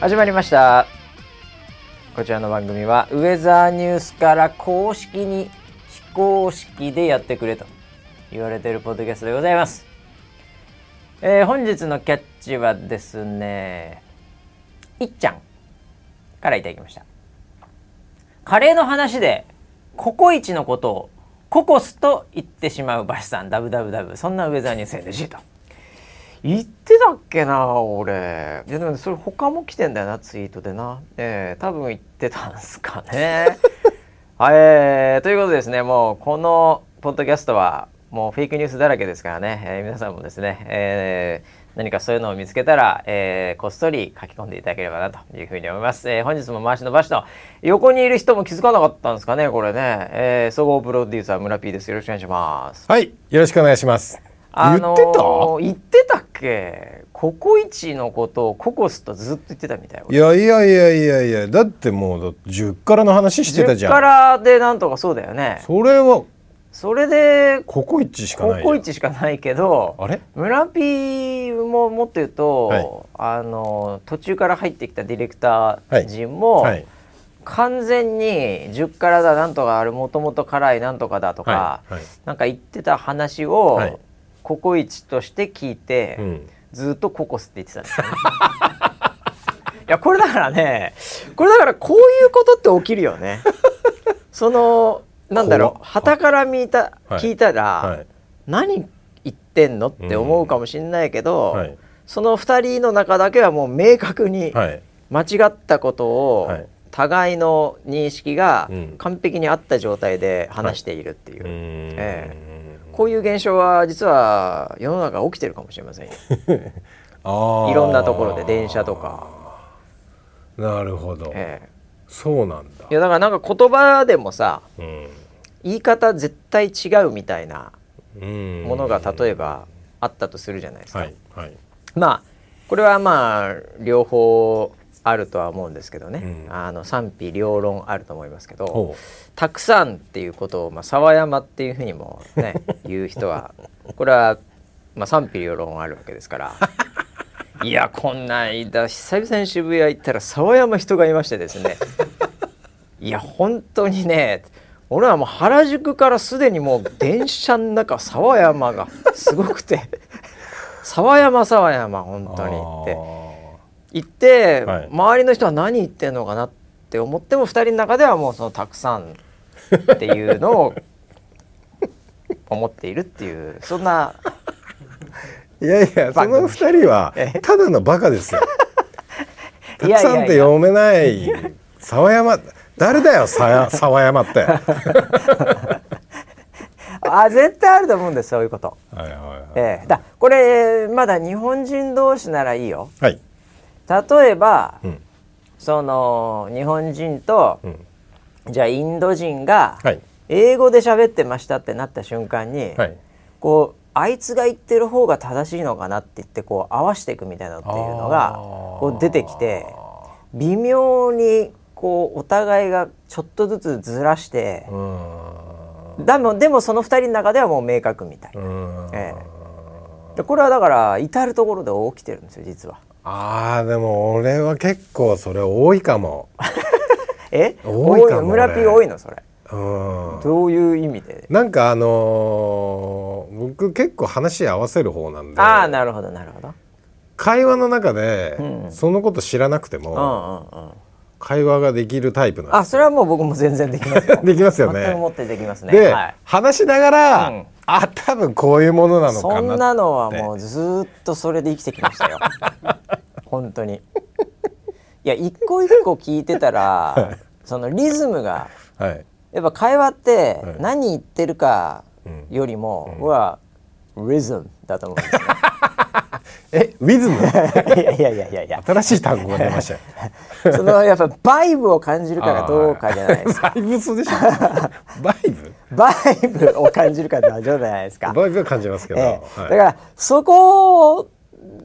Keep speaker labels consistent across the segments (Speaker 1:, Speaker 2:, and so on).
Speaker 1: 始まりましたこちらの番組はウェザーニュースから公式に非公式でやってくれと言われているポッドキャストでございます、えー本日のキャッチはですねいっちゃんからいただきましたカレーの話でココイチのことをココスと言ってしまうバシさんダブダブダブそんなウェザーニュース NG と言ってたっけな俺いやでもねそれ他も来てんだよなツイートでなえー、多分言ってたんすかね はいえー、ということでですねもうこのポッドキャストはもうフェイクニュースだらけですからね、えー皆さんもですね、えー何かそういうのを見つけたら、えーこっそり書き込んでいただければなというふうに思います、えー本日も回しのばしと横にいる人も気づかなかったんですかねこれね、えー総合プロデューサー村 P ですよろしくお願いします
Speaker 2: はい、よろしくお願いします。
Speaker 1: あの
Speaker 2: 言って
Speaker 1: ー、言ってたっけココイチのことをココスとずっと言ってたみたい
Speaker 2: たいやいやいやいやいや、だってもうだって10からの話してたじ
Speaker 1: 10か
Speaker 2: ゃん。
Speaker 1: らでなんとかそうだよね
Speaker 2: それは
Speaker 1: それで
Speaker 2: ココイチしか
Speaker 1: コ
Speaker 2: ないよ。
Speaker 1: コイチしかないけど
Speaker 2: あれ？
Speaker 1: 村ピーももっと言うと、あのー途中から入ってきたディレクター陣も、
Speaker 2: はい。
Speaker 1: 完全に10からだなんとかあれもともと辛いなんとかだとか、
Speaker 2: はい。はい。
Speaker 1: なんか言ってた話を、
Speaker 2: はい
Speaker 1: ココイチとして聞いて、
Speaker 2: うん。
Speaker 1: ずっとココスって言ってたんですよねいやこれだからねこれだからこういうことって起きるよねそのなんだろ
Speaker 2: 怖
Speaker 1: う
Speaker 2: っ
Speaker 1: 旗から見た、
Speaker 2: はい
Speaker 1: 聞いたら、
Speaker 2: はい。
Speaker 1: 何言ってんのって思うかもしれないけど、
Speaker 2: はい。
Speaker 1: その2人の中だけはもう明確に
Speaker 2: はい。
Speaker 1: 間違ったことを、
Speaker 2: はい
Speaker 1: 互いの認識が
Speaker 2: うん
Speaker 1: 完璧にあった状態で話しているっていうう、
Speaker 2: ーん
Speaker 1: えこういう現象は実は世の中起きてるかもしれませんよ
Speaker 2: あー
Speaker 1: いろんなところで電車とか。
Speaker 2: なるほど。
Speaker 1: ええ
Speaker 2: そうなんだ
Speaker 1: い。やだからなんか言葉でもさ
Speaker 2: うん。
Speaker 1: 言い方絶対違うみたいな
Speaker 2: うん
Speaker 1: ものが例えばあったとするじゃないですか、
Speaker 2: はいはい。
Speaker 1: まあこれはまあ両方あるとは思うんですけどね、
Speaker 2: うん
Speaker 1: あの賛否両論あると思いますけど
Speaker 2: ほ
Speaker 1: 「たくさん」っていうことを、まあ、沢山っていうふうにもね言う人はこれは、まあ、賛否両論あるわけですから。いやこんな間久々に渋谷行ったら沢山人がいましてですねいや本当にね俺はもう原宿からすでにもう電車の中沢山がすごくて沢山沢山
Speaker 2: う。
Speaker 1: 本当に
Speaker 2: あ
Speaker 1: って行って、
Speaker 2: はい
Speaker 1: 周りの人は何言ってんのかなって思っても2人の中ではもうそのたくさんっていうのを思っているっていうそんな
Speaker 2: ーいやいや、その二人は
Speaker 1: え
Speaker 2: ただのバカですよ。たくさん っ
Speaker 1: いやい
Speaker 2: て
Speaker 1: やいや
Speaker 2: 読めない沢山誰だよ さや沢山ってはい
Speaker 1: あ絶対あると思うんですそういうこと。
Speaker 2: はいはい、
Speaker 1: ええ、だこれまだ日本人同士ならいいよ
Speaker 2: はい
Speaker 1: 例えば
Speaker 2: うん
Speaker 1: その日本人と
Speaker 2: うん
Speaker 1: じゃあインド人が
Speaker 2: はい
Speaker 1: 英語で喋ってましたってなった瞬間に、
Speaker 2: はい
Speaker 1: こうあいつが言ってる方が正しいのかなって言ってこう合わしていくみたいなのっていうのが
Speaker 2: あー
Speaker 1: こう出てきて微妙にこうお互いがちょっとずつずらして
Speaker 2: う、ー
Speaker 1: だもでもその2人の中ではもう明確みたい、
Speaker 2: んうーん、
Speaker 1: えでこれはだから至る所で起きてるんですよ実は。
Speaker 2: あーでも俺は結構それ多いかも
Speaker 1: え
Speaker 2: 多いかも
Speaker 1: の
Speaker 2: ね
Speaker 1: 村ピー多いのそれ
Speaker 2: うん
Speaker 1: どういう意味で
Speaker 2: なんかあのー僕結構話合わせる方なんで
Speaker 1: ああなるほどなるほど
Speaker 2: 会話の中で
Speaker 1: うん
Speaker 2: そのこと知らなくて
Speaker 1: う
Speaker 2: も
Speaker 1: んうんうん
Speaker 2: 会話ができるタイプなん
Speaker 1: あ
Speaker 2: です
Speaker 1: それはもう僕も全然できますよ
Speaker 2: できますよね
Speaker 1: 全く持ってできますね
Speaker 2: で、
Speaker 1: はい
Speaker 2: 話しながら、
Speaker 1: うん
Speaker 2: あ多分こういうものなの
Speaker 1: そ
Speaker 2: かなん
Speaker 1: なのはもうずーっとそれで生きてきました よ本当にいや一個一個聞いてたらそのリズムが
Speaker 2: はい
Speaker 1: やっぱ会話って
Speaker 2: はい
Speaker 1: 何言ってるか
Speaker 2: うん
Speaker 1: よりも、僕はリズムだと思うんですよ
Speaker 2: えウィズ ム
Speaker 1: いやいやいやいやいや
Speaker 2: 新しい単語が出 ましたよ
Speaker 1: そのやっぱバイブを感じるかがどうかじゃないですか。
Speaker 2: バイブスでしょ バイブ
Speaker 1: バイブを感じるか大丈夫じゃないですか。
Speaker 2: バイブは感じますけど、
Speaker 1: ええ
Speaker 2: は
Speaker 1: だ
Speaker 2: い
Speaker 1: からそこ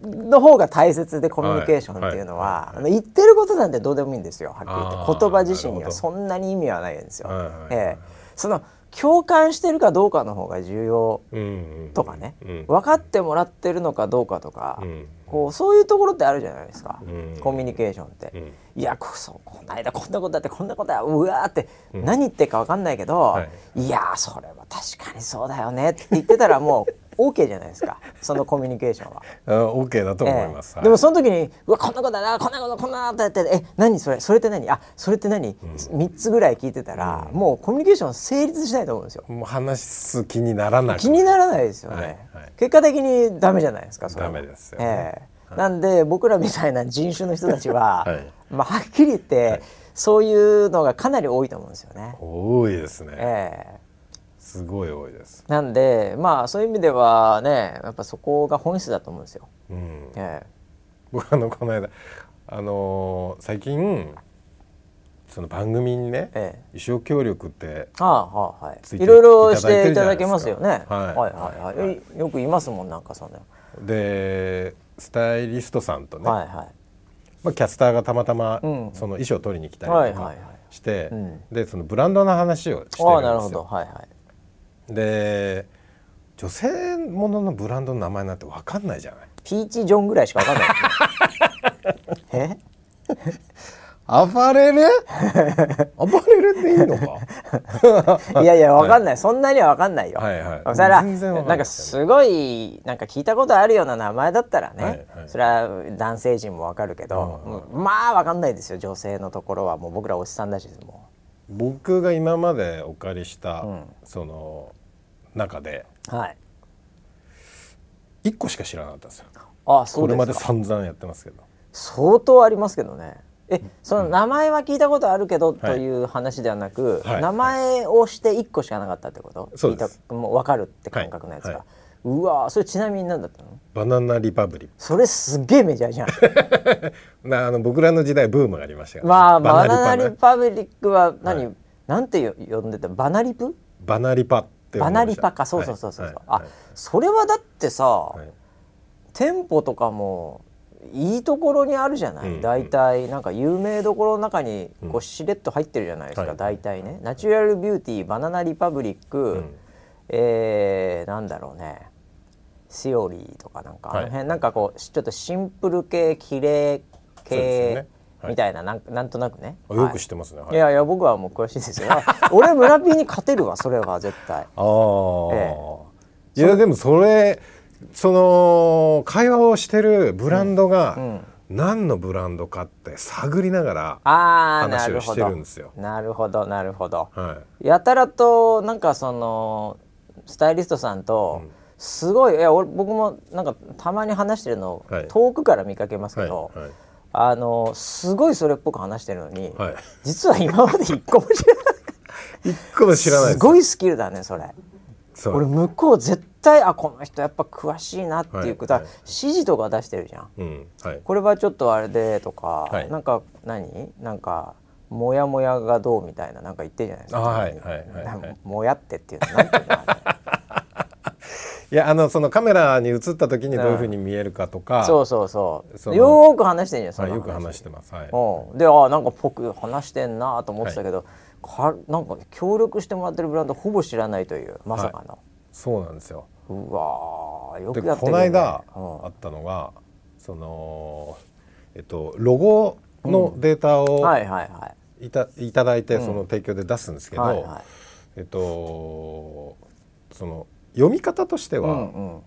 Speaker 1: の方が大切でコミュニケーションっていうのは、あの言ってることなんてどうでもいいんですよはっきり言って
Speaker 2: あー
Speaker 1: 言葉自身に
Speaker 2: な
Speaker 1: は
Speaker 2: るほど
Speaker 1: そんなに意味はないんですよ。
Speaker 2: はいはいはい
Speaker 1: ええその共感してるかどうかの方が重要
Speaker 2: うんうん
Speaker 1: とかね、
Speaker 2: うん
Speaker 1: 分かってもらってるのかどうかとか、
Speaker 2: うん
Speaker 1: こうそういうところってあるじゃないですか、
Speaker 2: うん
Speaker 1: コミュニケーションって、
Speaker 2: うん
Speaker 1: いやこそうこの間こんなことあってこんなことあうわーって、何言ってるか分かんないけど、
Speaker 2: い
Speaker 1: い、やーそれは確かにそうだよねって言ってたらもう OK じゃないですかそのコミュニケーションは。
Speaker 2: あ OK だと 思います、
Speaker 1: ええ
Speaker 2: はい
Speaker 1: でもその時に「うわこんなことだなこんなことこんなことやってえ何それそれって何あそれって何、三 ?3 つぐらい聞いてたら、もうコミュニケーション成立しないと思うんですよ。
Speaker 2: もう話す気にならなく
Speaker 1: 気にならないですよね、
Speaker 2: はいはい
Speaker 1: 結果的にダメじゃないですかそれは
Speaker 2: ダメですよ
Speaker 1: え
Speaker 2: ね
Speaker 1: えなんで僕らみたいな人種の人たちは、
Speaker 2: はい
Speaker 1: まあ、はっきり言って、そういうのがかなり多いと思うんですよね、
Speaker 2: 多いですね、
Speaker 1: ええ
Speaker 2: すごい多いです、
Speaker 1: なんでまあそういう意味ではねやっぱそこが本質だと思うんですよ、
Speaker 2: うん、
Speaker 1: え
Speaker 2: 僕あのこの間あのー最近その番組にね、
Speaker 1: ええ
Speaker 2: 衣装協力って
Speaker 1: えはあはあはい
Speaker 2: ついて
Speaker 1: いろいろしていただけますよね
Speaker 2: いただいてるじゃないですか
Speaker 1: はいはいはい、よくいますもんなんかそんな
Speaker 2: でスタイリストさんとね、
Speaker 1: はいはい
Speaker 2: まあ、キャスターがたまたまそ
Speaker 1: ん
Speaker 2: の衣装を取りに来たりと
Speaker 1: は
Speaker 2: か
Speaker 1: いはいはい
Speaker 2: して、
Speaker 1: ん
Speaker 2: でそのブランドの話をしてるんです
Speaker 1: あ
Speaker 2: よ。
Speaker 1: あなるほどはいはい
Speaker 2: で女性もののブランドの名前なんて分かんないじゃない
Speaker 1: ピーチ・ジョンぐらいしかわかんないですねえ
Speaker 2: 暴 れる暴れるっていいの か
Speaker 1: いやいや、わかんない、そんなにはわかんないよ。
Speaker 2: はいはい
Speaker 1: それは
Speaker 2: 全然わかんない
Speaker 1: なんかすごい、なんか聞いたことあるような名前だったらね、
Speaker 2: はいはい
Speaker 1: それは男性陣もわかるけど、まあわかんないですよ、女性のところは、もう僕らおじさんだし、も
Speaker 2: 僕が今までお借りした、その中で
Speaker 1: う。はい。
Speaker 2: 1個しか知らなかったんですよ
Speaker 1: あ、そ
Speaker 2: こ
Speaker 1: う
Speaker 2: れ
Speaker 1: で
Speaker 2: ますで
Speaker 1: か。
Speaker 2: 散々やってますけど
Speaker 1: 相当ありますけどね。え、その名前は聞いたことあるけど、という話ではなく、
Speaker 2: はい
Speaker 1: 名前をして一個しかなかったってこと。
Speaker 2: そうです
Speaker 1: 聞いたもうわかるって感覚のやつが。
Speaker 2: はいは
Speaker 1: うわー、それちなみに何だったの。
Speaker 2: バナナリパブリッ
Speaker 1: それすっげえメジャーじゃん。
Speaker 2: クなあの僕らの時代ブームがありましたから、
Speaker 1: まあバ
Speaker 2: バ
Speaker 1: ナ
Speaker 2: ナ
Speaker 1: ナ
Speaker 2: リ
Speaker 1: リ
Speaker 2: パ
Speaker 1: パブリックは何、
Speaker 2: は
Speaker 1: なんてよ呼んでたバナリプ
Speaker 2: バナリパって呼
Speaker 1: バ
Speaker 2: んで
Speaker 1: ナ
Speaker 2: ま
Speaker 1: リ
Speaker 2: した
Speaker 1: パかそうそうそうそう、
Speaker 2: はい
Speaker 1: あ、
Speaker 2: はい
Speaker 1: それはだってさ、
Speaker 2: はい
Speaker 1: 店舗とかもいいところにあるじゃない、
Speaker 2: うんうん
Speaker 1: 大体なんか有名どころの中にこうしれっと入ってるじゃないですか、
Speaker 2: はい
Speaker 1: 大体ねナチュラルビューティーバナナリパブリック、
Speaker 2: ん
Speaker 1: えーなんだろうねシオリーとかなんかあの辺、
Speaker 2: はい
Speaker 1: なんかこうちょっとシンプル系綺麗
Speaker 2: そうで
Speaker 1: 系
Speaker 2: すよねはい
Speaker 1: みたいな、なんなんとなくね、
Speaker 2: あ
Speaker 1: は
Speaker 2: よ
Speaker 1: い
Speaker 2: く知ってますね、はい
Speaker 1: いやいや僕はもう詳しいですよ俺村ピーに勝てるわそれは絶対
Speaker 2: ああ、いやでもそれその会話をしてるブランドが何のブランドかって探りながら、
Speaker 1: ああな
Speaker 2: 話
Speaker 1: る
Speaker 2: を
Speaker 1: ほ
Speaker 2: し
Speaker 1: ど
Speaker 2: てるんですよ
Speaker 1: なるほどなるほど
Speaker 2: は
Speaker 1: やたらとなんかそのスタイリストさんと、すごいいや俺僕もなんかたまに話してるのを
Speaker 2: はい
Speaker 1: 遠くから見かけます
Speaker 2: い
Speaker 1: けど、
Speaker 2: はいはい
Speaker 1: あのすごいそれっぽく話してるのに、
Speaker 2: はい
Speaker 1: 実は今まで一個も知らなかっ
Speaker 2: 一個も
Speaker 1: た
Speaker 2: 知らない
Speaker 1: す
Speaker 2: です
Speaker 1: ごいスキルだねそれ。
Speaker 2: そう
Speaker 1: 俺向こう絶対あこの人やっぱ詳しいなっていうことは、
Speaker 2: はいはい
Speaker 1: 指示とか出してるじゃん。
Speaker 2: うんはい
Speaker 1: これはちょっとあれでとか、
Speaker 2: はい
Speaker 1: なんか何なんかモヤモヤがどうみたいななんか言ってるじゃないです
Speaker 2: あ
Speaker 1: か。
Speaker 2: はいはいはい
Speaker 1: な
Speaker 2: は
Speaker 1: んか
Speaker 2: い
Speaker 1: もやってっていうのなんていう のあれ
Speaker 2: いやあのそのカメラに映った時にどういうふうに見えるかとか、
Speaker 1: そうそうそう
Speaker 2: その
Speaker 1: よーく話してんじゃんそ
Speaker 2: はい
Speaker 1: の
Speaker 2: よく話してますはい
Speaker 1: うんであなんかぽく話してんなと思ってたけど、かなんか協力してもらってるブランドほぼ知らないというまさかの、
Speaker 2: そうなんですよ
Speaker 1: うわーよ
Speaker 2: で
Speaker 1: くやって
Speaker 2: こ
Speaker 1: る
Speaker 2: の
Speaker 1: よね
Speaker 2: 間
Speaker 1: うん
Speaker 2: あったのがそのえっとロゴのデータを
Speaker 1: はいはいはい
Speaker 2: いたいただいてその提供で出すんですけど、
Speaker 1: はいはい
Speaker 2: えっとその読み方としては、
Speaker 1: うんうん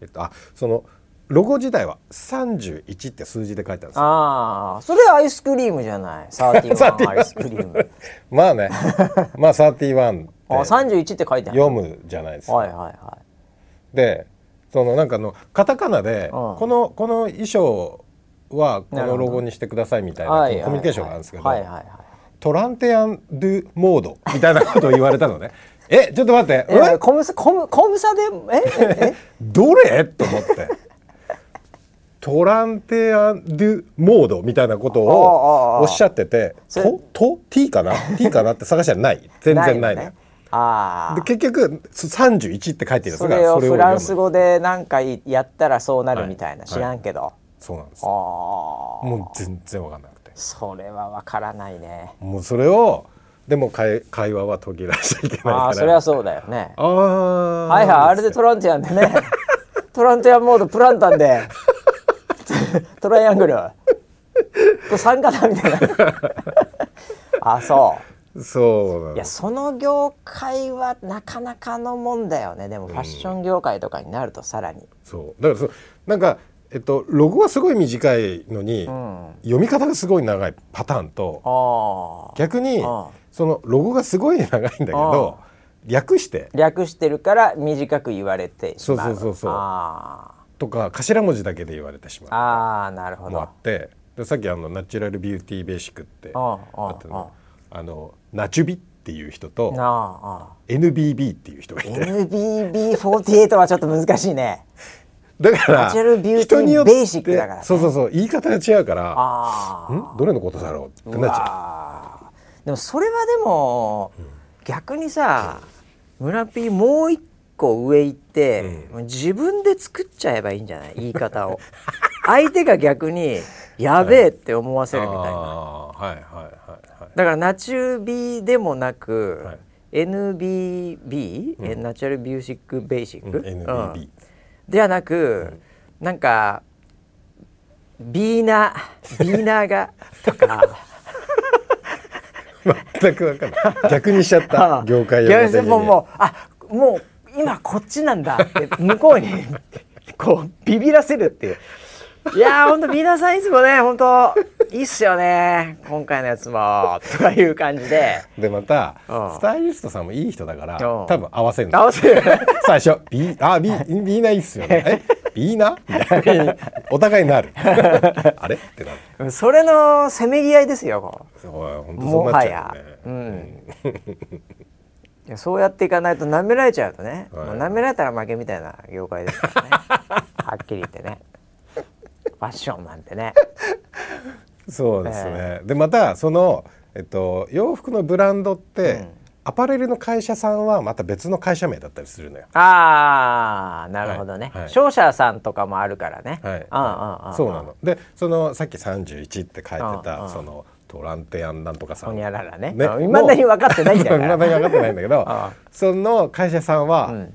Speaker 2: えっと、あそのロゴ自体は31って数字で書いてあるんですよ
Speaker 1: ああそれアイスクリームじゃないサーティワンアイスクリ ーム
Speaker 2: ま あねまあ31っ
Speaker 1: あ
Speaker 2: て
Speaker 1: 三十一って書いてある
Speaker 2: 読むじゃないですか。
Speaker 1: はいはいは
Speaker 2: でそのなんかあのカタカナで、
Speaker 1: うん
Speaker 2: このこの衣装はこ
Speaker 1: なるほ
Speaker 2: の
Speaker 1: ど
Speaker 2: ロゴにしてくださいみたい
Speaker 1: い
Speaker 2: な
Speaker 1: はいはいはい
Speaker 2: こうコミュニケーションがあるんですけど、
Speaker 1: はいはいはい
Speaker 2: トランテアン・ドゥ・モードみたいなことを言われたのね えちょっと待って、
Speaker 1: え
Speaker 2: え
Speaker 1: コムサコムコムサでえええ
Speaker 2: どれと思ってトランテアン・ドゥ・モードみたいなこと
Speaker 1: ああああ
Speaker 2: をおっしゃってて「
Speaker 1: それ
Speaker 2: と」と「t」かな 「t」かなって探したらない 全然ない
Speaker 1: よ
Speaker 2: ね
Speaker 1: ねあ
Speaker 2: で結局す31って書い
Speaker 1: あ
Speaker 2: てるやつ
Speaker 1: そ
Speaker 2: が
Speaker 1: れを
Speaker 2: 読む
Speaker 1: フランス語でなんかやったらそうなるみたいな、
Speaker 2: はい
Speaker 1: 知らんけど、
Speaker 2: そうなんです
Speaker 1: ああ
Speaker 2: もう全然わかんなくて
Speaker 1: それはわからないね
Speaker 2: もうそれをでも会会話は途切らしちゃいけないから
Speaker 1: ああそれはそうだよね
Speaker 2: あー
Speaker 1: はいはいあれでトランティアンでねトランティアンモードプランタンでトライアングル。これ参加だみ たいな。あ、そ
Speaker 2: そうな
Speaker 1: う。
Speaker 2: の
Speaker 1: いや、その業界はなかなかのもんだよね。でもファッション業界とかになるとさらに。
Speaker 2: そうだからそうなんか、えっと、ロゴはすごい短いのに、
Speaker 1: うん。あ
Speaker 2: 読み方がすごい長いパターンと
Speaker 1: あ。
Speaker 2: 逆に
Speaker 1: ああ
Speaker 2: そのロゴがすごい長いんだけど略して
Speaker 1: 略してるから短く言われてしまう。
Speaker 2: そうそうそうそう
Speaker 1: あ
Speaker 2: とか頭文字だけで言われてし
Speaker 1: あ。
Speaker 2: ま
Speaker 1: ああ、なるほ
Speaker 2: う
Speaker 1: ど。
Speaker 2: もあってでさっきあのナチュラルビューティーベーシックって
Speaker 1: ああああ
Speaker 2: あったのあのナチュビっていう人と
Speaker 1: なああ。
Speaker 2: NBB っていう人がいて
Speaker 1: NBB48 はちょっと難しいね。
Speaker 2: だか
Speaker 1: ナチュラルビュ
Speaker 2: ら
Speaker 1: ーティー
Speaker 2: 人によって
Speaker 1: ベーシックだからね
Speaker 2: そうそうそう言い方が違うから
Speaker 1: ああ。
Speaker 2: んどれのことだろうってなっちゃ
Speaker 1: あーでもそれはでも、逆にさ村 P もう一個上行って、もう自分で作っちゃえばいいんじゃない言い方を 相手が逆にやべえって思わせ
Speaker 2: う
Speaker 1: るみたいな、
Speaker 2: あーはいはいはいはい
Speaker 1: だからナチュビでもなく、
Speaker 2: はい
Speaker 1: NBB、えナチュラルビューシックベーシック、
Speaker 2: うん
Speaker 1: うん
Speaker 2: NBB
Speaker 1: ではなく、なんかビーナビーナーがとか。
Speaker 2: 全く分かんない逆にしちゃった業界用語
Speaker 1: 逆
Speaker 2: 的に
Speaker 1: にもうもうあもう今こっちなんだって向こうにこうビビらせるっていういやーほんとビーナーさんいつもねほんといいっすよね今回のやつもとかいう感じで
Speaker 2: でまた
Speaker 1: うん
Speaker 2: スタイリストさんもいい人だから
Speaker 1: うん
Speaker 2: 多分合わせるの
Speaker 1: 合わせる
Speaker 2: 最初「ビーあビービーナいいっすよね」え「ビー ナ」みたいにお互いになるあれってなる
Speaker 1: それのせめぎ合いですよこう
Speaker 2: おい本当
Speaker 1: も
Speaker 2: そうなっ
Speaker 1: は
Speaker 2: ちゃ
Speaker 1: や
Speaker 2: うよね
Speaker 1: う、んいやそうやっていかないと舐められちゃうとね、
Speaker 2: はい
Speaker 1: もう舐められたら負けみたいな業界ですからねはっきり言ってねファッションなんてね
Speaker 2: そうですね、でまたその、えっと、洋服のブランドって、アパレルの会社さんはまた別の会社名だったりするのよ
Speaker 1: ああなるほどね、
Speaker 2: はいはい
Speaker 1: 商社さんとかもあるからね、
Speaker 2: はい
Speaker 1: うんうんうん
Speaker 2: そうなのでそのさっき31って書いて
Speaker 1: うんう
Speaker 2: た
Speaker 1: ん
Speaker 2: そのトランテアンなんとかさ
Speaker 1: ほ
Speaker 2: ん
Speaker 1: にゃららね
Speaker 2: ね
Speaker 1: いまだに分かってないんだか
Speaker 2: 未だ
Speaker 1: ら
Speaker 2: に分かって ないんだけど
Speaker 1: ああ
Speaker 2: その会社さんは、
Speaker 1: ん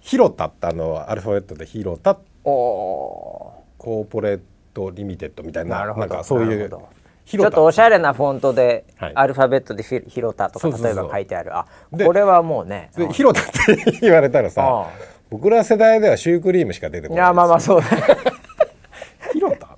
Speaker 2: ヒロタってあのアルファベットでヒロタ
Speaker 1: おお
Speaker 2: コーポレートリミテッドみたいな
Speaker 1: なるほど
Speaker 2: んかそう
Speaker 1: ないる
Speaker 2: う
Speaker 1: ほど
Speaker 2: ヒ
Speaker 1: ーちょ
Speaker 2: ロ
Speaker 1: っとお
Speaker 2: タ
Speaker 1: しゃれなフォントで、
Speaker 2: はい
Speaker 1: アルファベットでひ「ひろた」とか
Speaker 2: そうそうそう
Speaker 1: 例えば書いてあるあ
Speaker 2: で
Speaker 1: これはもうね
Speaker 2: で
Speaker 1: うん
Speaker 2: ヒロタって言われたら
Speaker 1: あ
Speaker 2: さ
Speaker 1: あ
Speaker 2: 僕ら世代ではシュークリームしか出てこ
Speaker 1: い
Speaker 2: ない
Speaker 1: やまあまあ そうだ
Speaker 2: ヒロタ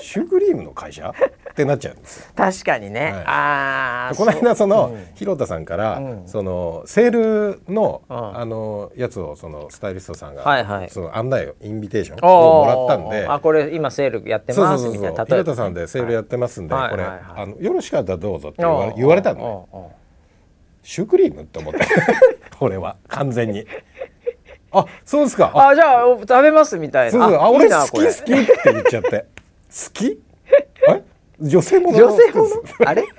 Speaker 2: シュークリームの会社ってなっちゃうんですよ
Speaker 1: 確かにね、
Speaker 2: はい
Speaker 1: ああ
Speaker 2: この間その、ヒロタさんから、そのセールの、あのやつをそのスタイリストさんが、
Speaker 1: はいはい
Speaker 2: その案内をインビテーションをもらったんで
Speaker 1: あこれ今セールやって
Speaker 2: そう
Speaker 1: ま
Speaker 2: そ
Speaker 1: す
Speaker 2: う
Speaker 1: み
Speaker 2: そ
Speaker 1: た
Speaker 2: う
Speaker 1: いな
Speaker 2: そう
Speaker 1: 例え
Speaker 2: 平
Speaker 1: ば
Speaker 2: 田さんでセールやってますんで、
Speaker 1: はい
Speaker 2: これ、
Speaker 1: はいはい
Speaker 2: あのよろしかったらどうぞって言
Speaker 1: お
Speaker 2: わ
Speaker 1: う
Speaker 2: 言われたのね
Speaker 1: おうおう
Speaker 2: シュークリームって思って 俺は完全にあそうですかあ
Speaker 1: あじゃあお食べますみたい
Speaker 2: そう
Speaker 1: な
Speaker 2: そうあ
Speaker 1: い
Speaker 2: 俺
Speaker 1: いな
Speaker 2: 好き
Speaker 1: これ
Speaker 2: 好きって言っちゃって好きえ女性もの
Speaker 1: 女性も
Speaker 2: そうです
Speaker 1: のあれ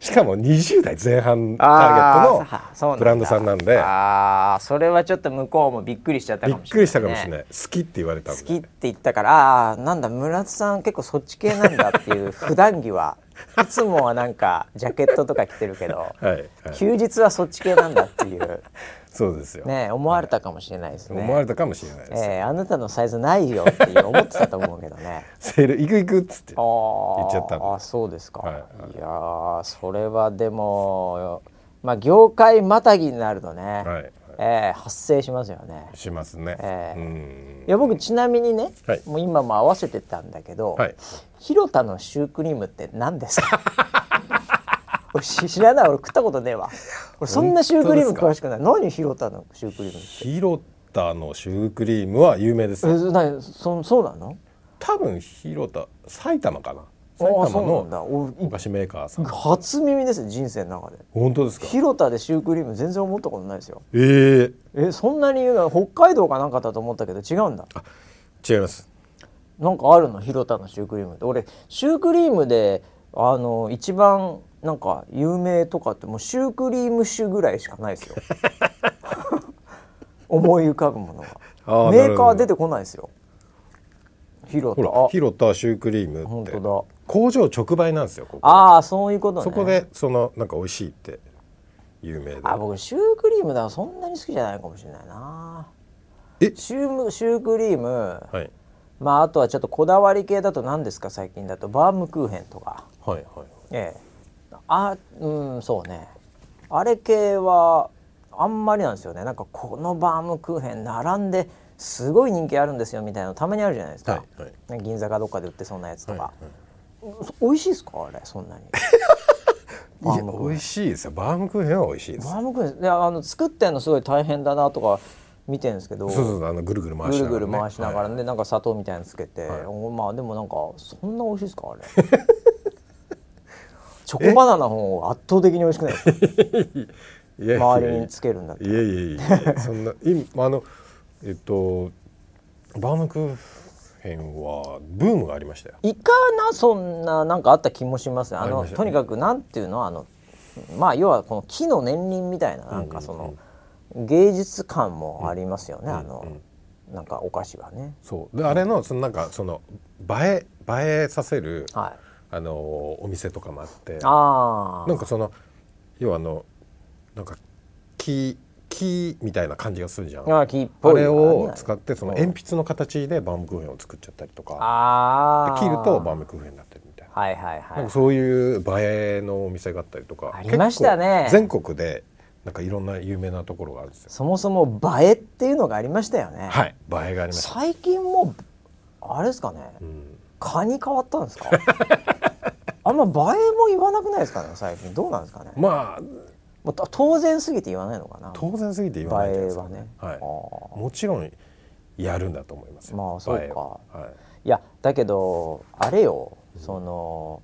Speaker 2: しかも20代前半タ
Speaker 1: あ
Speaker 2: ー
Speaker 1: ー
Speaker 2: ゲッ
Speaker 1: そ
Speaker 2: ト
Speaker 1: う
Speaker 2: のブランドさんなんで
Speaker 1: ああそれはちょっと向こうもびっくりしちゃった
Speaker 2: び
Speaker 1: か
Speaker 2: っ
Speaker 1: もし
Speaker 2: く
Speaker 1: れない、ね、
Speaker 2: りしたかもしれない好きって言われたん
Speaker 1: 好きっ
Speaker 2: で
Speaker 1: て言ったからああーなんだ村田さん結構そっち系なんだっていう普段着はいつもはなんかジャケットとか着てるけど、
Speaker 2: はいはい
Speaker 1: 休日はそっち系なんだっていう
Speaker 2: そうですよ、
Speaker 1: ね思われたかもしれないですね
Speaker 2: 思われたかもしれないです、
Speaker 1: えーあなたのサイズないよっていう思ってたと思うけどね
Speaker 2: セール行く行くっつって
Speaker 1: あー
Speaker 2: 言っちゃったんだ
Speaker 1: あそうですか、
Speaker 2: はい
Speaker 1: い
Speaker 2: は
Speaker 1: やーそれはでもまあ業界またぎになるとね、
Speaker 2: はい
Speaker 1: えー発生しますよね
Speaker 2: しますね、
Speaker 1: ええ
Speaker 2: うん
Speaker 1: いや僕ちなみにね、
Speaker 2: はい
Speaker 1: もう今も合わせてたんだけど、
Speaker 2: はい
Speaker 1: 広田のシュークリームって何ですか 俺し知らない俺食ったことねえわ俺そんなシュークリーム
Speaker 2: 本当
Speaker 1: 詳しくない何広田のシュークリームって
Speaker 2: ヒロタのシュークリームは有名ですよ
Speaker 1: えなそそうなの
Speaker 2: 多分ヒロタ埼玉かな
Speaker 1: あー
Speaker 2: 埼玉
Speaker 1: そうなんだ
Speaker 2: の
Speaker 1: お
Speaker 2: お菓子メーカーさん
Speaker 1: 初耳です人生の中で
Speaker 2: 本当ですか
Speaker 1: 広田でシュークリーム全然思ったことないですよ
Speaker 2: ええ
Speaker 1: えそんなに言うの北海道かなんかだと思ったけど違うんだ
Speaker 2: 違います
Speaker 1: なんかあるの広田のシュークリームって俺シュークリームであの一番なんか有名とかってもうシュークリーム酒ぐらいしかないです よ思い浮かぶもの
Speaker 2: あ
Speaker 1: が
Speaker 2: ー
Speaker 1: メ
Speaker 2: なる
Speaker 1: ー
Speaker 2: ほ
Speaker 1: カー
Speaker 2: ど
Speaker 1: 出てこないですよ広
Speaker 2: ほ
Speaker 1: 田
Speaker 2: ら
Speaker 1: あ
Speaker 2: ヒロタシュークリーム
Speaker 1: 本
Speaker 2: って
Speaker 1: 当
Speaker 2: 工場直売なんですよこ
Speaker 1: だ
Speaker 2: こ
Speaker 1: ああそういうことね
Speaker 2: そこでそのなんか美味しいって有名で
Speaker 1: あ僕シュークリームだからそんなに好きじゃないかもしれないな
Speaker 2: え
Speaker 1: シュームシュークリーム
Speaker 2: はい
Speaker 1: まああとはちょっとこだわり系だと何ですか最近だとバームクーヘンとか
Speaker 2: はいはい
Speaker 1: ええあうんそうねあれ系はあんまりなんですよねなんかこのバームクーヘン並んですごい人気あるんですよみたいなのたまにあるじゃないですか、
Speaker 2: はいはい
Speaker 1: ね銀座かどっかで売ってそうなやつとか、
Speaker 2: はい
Speaker 1: そ美味しいですかあれそんなにバ
Speaker 2: い
Speaker 1: ームクーヘン
Speaker 2: や美味しいですよバームクーヘンは美味しいです
Speaker 1: バームクーヘンいやあの作ってんのすごい大変だなとか見てるんですけど
Speaker 2: そうそうそうあのぐるぐる回
Speaker 1: ぐ
Speaker 2: しな
Speaker 1: る
Speaker 2: がら、ね、
Speaker 1: ぐる回しながら
Speaker 2: はい
Speaker 1: ね、なんか砂糖みたいのつけて、
Speaker 2: はい
Speaker 1: おまあでもなんかそんな美味しいですかあれ チョコバナナの方が圧倒的に美味しくないですか
Speaker 2: い やいやいや
Speaker 1: 周りにつけるんだって
Speaker 2: いやいやいやいやそんな今あのえっとバームクーヘンはブームがありましたよ
Speaker 1: いかなそんななんかあった気もしますねあ
Speaker 2: あり
Speaker 1: の
Speaker 2: ましたね
Speaker 1: とにかくなんていうのあのまあ要はこの木の年輪みたいななんかその、芸術感もありますよね、あの、なんかお菓子はね
Speaker 2: そうであれのそのなんかその映え映えさせる、
Speaker 1: はい
Speaker 2: あのお店とかもあって
Speaker 1: あ
Speaker 2: なんかその要はあのなんか木木みたいな感じがするじゃん
Speaker 1: ああ木っぽ
Speaker 2: あ
Speaker 1: い
Speaker 2: れを使ってその
Speaker 1: うん
Speaker 2: 鉛筆の形でバームクーヘンを作っちゃったりとか
Speaker 1: ああ
Speaker 2: で切るとバームクーヘンになってるみたいな
Speaker 1: はいはいはい
Speaker 2: なんかそういう映えのお店があったりとか
Speaker 1: ありましたね
Speaker 2: 結構全国でなんかいろんな有名なところがあるんですよ
Speaker 1: そもそも映えっていうのがありましたよね。
Speaker 2: はい映えがありました、
Speaker 1: 最近もうあれですかね、
Speaker 2: うん、
Speaker 1: 蚊に変わったん ですか。あんま映えも言わなくないですかね最近どうなんですかね。
Speaker 2: まあ
Speaker 1: もうた当然すぎて言わないのかな。
Speaker 2: 当然すぎて言わないじゃないですか、
Speaker 1: 映えはね
Speaker 2: はい、
Speaker 1: あ
Speaker 2: もちろんやるんだと思いますよ
Speaker 1: まあそうか
Speaker 2: 映えははい
Speaker 1: いやだけどあれよその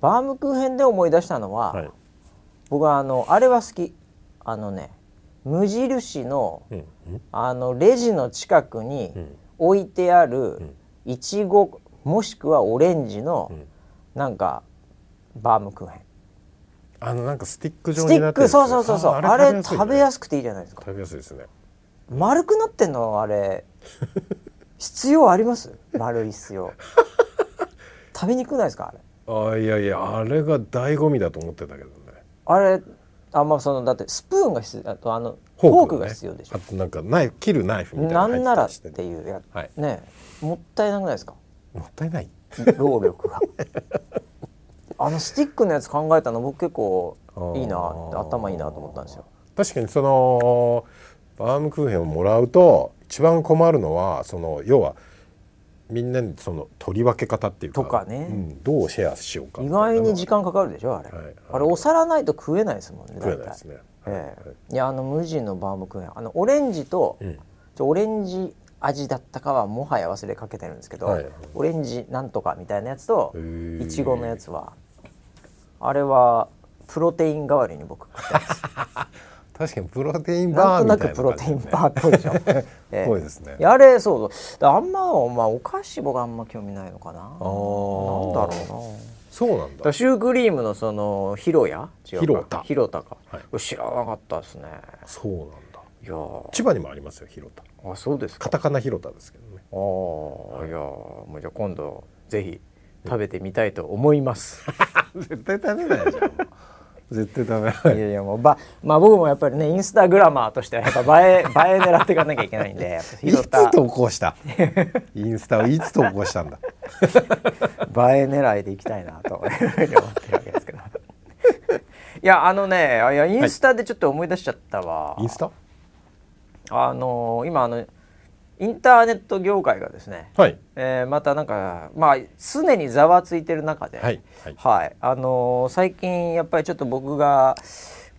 Speaker 1: バームクーヘンで思い出したのは、
Speaker 2: はい
Speaker 1: 僕はあのあれは好きあのね無印の
Speaker 2: うんうん
Speaker 1: あのレジの近くに
Speaker 2: うん
Speaker 1: 置いてある
Speaker 2: ん
Speaker 1: いちごもしくはオレンジの
Speaker 2: ん
Speaker 1: なんかバームクーヘン
Speaker 2: あのなんかスティック状
Speaker 1: ステ
Speaker 2: に
Speaker 1: ィ
Speaker 2: な
Speaker 1: ッ
Speaker 2: って
Speaker 1: ク
Speaker 2: るやつね
Speaker 1: そうそうそうそう
Speaker 2: ー
Speaker 1: あれ食べや
Speaker 2: す
Speaker 1: すくていいじゃないですか
Speaker 2: いね食べやすいですね
Speaker 1: 丸くなってんのあ れ必要あります丸い必要食べにくくないですかあれ
Speaker 2: あいやいやあれが醍醐味だと思ってたけどね
Speaker 1: あれあまあそのだってスプーンが必要あとあのフ
Speaker 2: フ
Speaker 1: ォー
Speaker 2: ね
Speaker 1: クが必要でしょ
Speaker 2: あとなんかナイフ切るナイフみたい
Speaker 1: な
Speaker 2: なの
Speaker 1: んなら
Speaker 2: 入
Speaker 1: っ
Speaker 2: ってたりして
Speaker 1: いうや、
Speaker 2: はい
Speaker 1: ねもったいなくないですか
Speaker 2: もったいない
Speaker 1: 労力が あのスティックのやつ考えたの僕結構いいな
Speaker 2: あー
Speaker 1: 頭いいなと思ったんですよ
Speaker 2: 確かにそのバームクーヘンをもらうと一番困るのはその要はみんなにその取り分け方っていうか
Speaker 1: とかね
Speaker 2: うん、どうシェアしようか
Speaker 1: 意
Speaker 2: みたいなの
Speaker 1: 外に時間かかるでしょあれ、
Speaker 2: はいはい
Speaker 1: あれお皿ないと食えないですもんね
Speaker 2: 食
Speaker 1: 大
Speaker 2: えないで
Speaker 1: 体
Speaker 2: すね、
Speaker 1: ええいやあの無人のバームクーヘンあのオレンジと、
Speaker 2: ん
Speaker 1: ちょオレンジ味だったかはもはや忘れかけてるんですけど、
Speaker 2: はい
Speaker 1: オレンジなんとかみたいなやつと
Speaker 2: へー
Speaker 1: いちごのやつはあれはプロテイン代わりに僕食ってます
Speaker 2: 確かにプロテイン
Speaker 1: な
Speaker 2: バ
Speaker 1: ん
Speaker 2: ー
Speaker 1: と
Speaker 2: み
Speaker 1: な
Speaker 2: たい
Speaker 1: く
Speaker 2: な
Speaker 1: プロテイン
Speaker 2: ー
Speaker 1: バーっぽいでし ょ。ええ
Speaker 2: ぽいですね
Speaker 1: いやあれそうそう。だからあんまお前お菓子僕あんま興味ないのかな。なんだろうな。
Speaker 2: そうなん
Speaker 1: だから
Speaker 2: だ
Speaker 1: シュークリームのそのヒロヤ違うか
Speaker 2: ヒロタ
Speaker 1: ヒロタか、
Speaker 2: はい
Speaker 1: これ知らなかったですね
Speaker 2: そうなんだ
Speaker 1: いやー
Speaker 2: 千葉にもありますよ広田
Speaker 1: あそうです
Speaker 2: カ
Speaker 1: か
Speaker 2: タカナ広田ですけどね
Speaker 1: ああいやーもうじゃあ今度ぜひ食べてみたいと思います、
Speaker 2: 絶対食べないじゃん絶対食べない
Speaker 1: いやいやもうばまあ僕もやっぱりねインスタグラマーとしてはやっぱ映え映え狙っていかなきゃいけないんでやっぱ
Speaker 2: い
Speaker 1: ヒロ
Speaker 2: つ
Speaker 1: タ映
Speaker 2: 投稿したインスタをいつ投稿したんだ
Speaker 1: え狙いでいきたいなというふうに思ってるわけです けどいやあのねあいやインスタでちょっと思い出しちゃったわ、
Speaker 2: インスタ
Speaker 1: あのー今あのインターネット業界がですね、
Speaker 2: はい
Speaker 1: えーまたなんかまあ常にざわついてる中で、
Speaker 2: はいはい
Speaker 1: あのー最近やっぱりちょっと僕が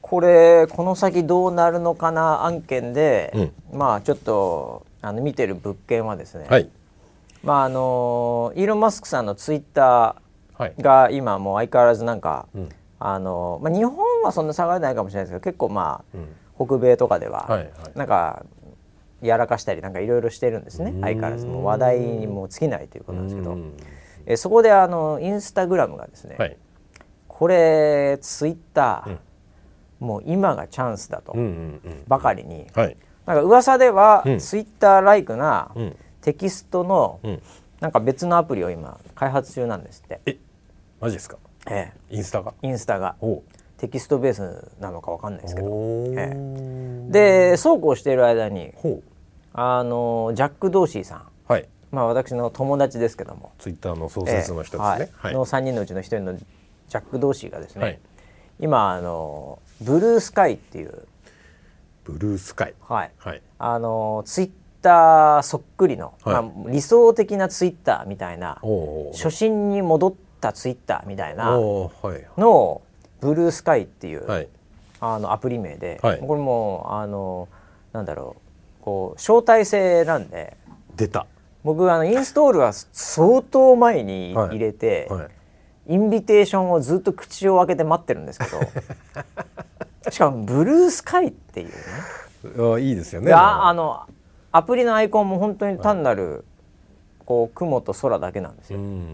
Speaker 1: これこの先どうなるのかな案件で、まあちょっとあの見てる物件はですね、
Speaker 2: はい
Speaker 1: まああのーイーロン・マスクさんのツイッタ
Speaker 2: はい
Speaker 1: ーが今もう相変わらずなんか、
Speaker 2: ん
Speaker 1: あのーまあ、日本はそんな下がらないかもしれないですけど結構まあ、北米とかでは、
Speaker 2: はいはい
Speaker 1: なんかやらかしたりなんかいろいろしてるんですね相変わらずもう話題にもう尽きないということなんですけど
Speaker 2: ん
Speaker 1: えそこであのインスタグラムがですね、
Speaker 2: はい
Speaker 1: これツイッター、もう今がチャンスだと
Speaker 2: うんうんうん
Speaker 1: ばかりに、
Speaker 2: はい
Speaker 1: なんか噂では、
Speaker 2: うん
Speaker 1: ツイッターライクなんテキストの、
Speaker 2: うん
Speaker 1: なんか別のアプリを今開発中なんですって、
Speaker 2: えマジですか
Speaker 1: え
Speaker 2: インスタが
Speaker 1: えインスタが
Speaker 2: おう
Speaker 1: テキストベースなのかわかんないですけど
Speaker 2: おー
Speaker 1: えでそうこうしている間に
Speaker 2: ほう
Speaker 1: あのジャック・ドーシーさん
Speaker 2: はい
Speaker 1: まあ、私の友達ですけども、
Speaker 2: ツイッターの創設の一つね、
Speaker 1: ええ
Speaker 2: はい
Speaker 1: の3人のうちの1人のジャック・ドーシーがですね、
Speaker 2: はい
Speaker 1: 今あのブルースカイっていう、
Speaker 2: ブルースカイ
Speaker 1: はい
Speaker 2: はい
Speaker 1: あのツイッターそっくりの、
Speaker 2: はい
Speaker 1: まあ、理想的なツイッターみたいな
Speaker 2: おお
Speaker 1: 初心に戻ったツイッターみたいな
Speaker 2: おおはい
Speaker 1: のをブルースカイっていう、
Speaker 2: はい
Speaker 1: あのアプリ名で、
Speaker 2: はい
Speaker 1: これもうあのなんだろうこう招待制なんで
Speaker 2: 出た
Speaker 1: 僕あのインストールは相当前に
Speaker 2: はい
Speaker 1: 入れて、
Speaker 2: はい
Speaker 1: インビテーションをずっと口を開けて待ってるんですけど しかもブルースカイっていうね
Speaker 2: あいいですよね
Speaker 1: でああのアプリのアイコンも本当に単なる、こう雲と空だけなんです
Speaker 2: う
Speaker 1: よ、
Speaker 2: ん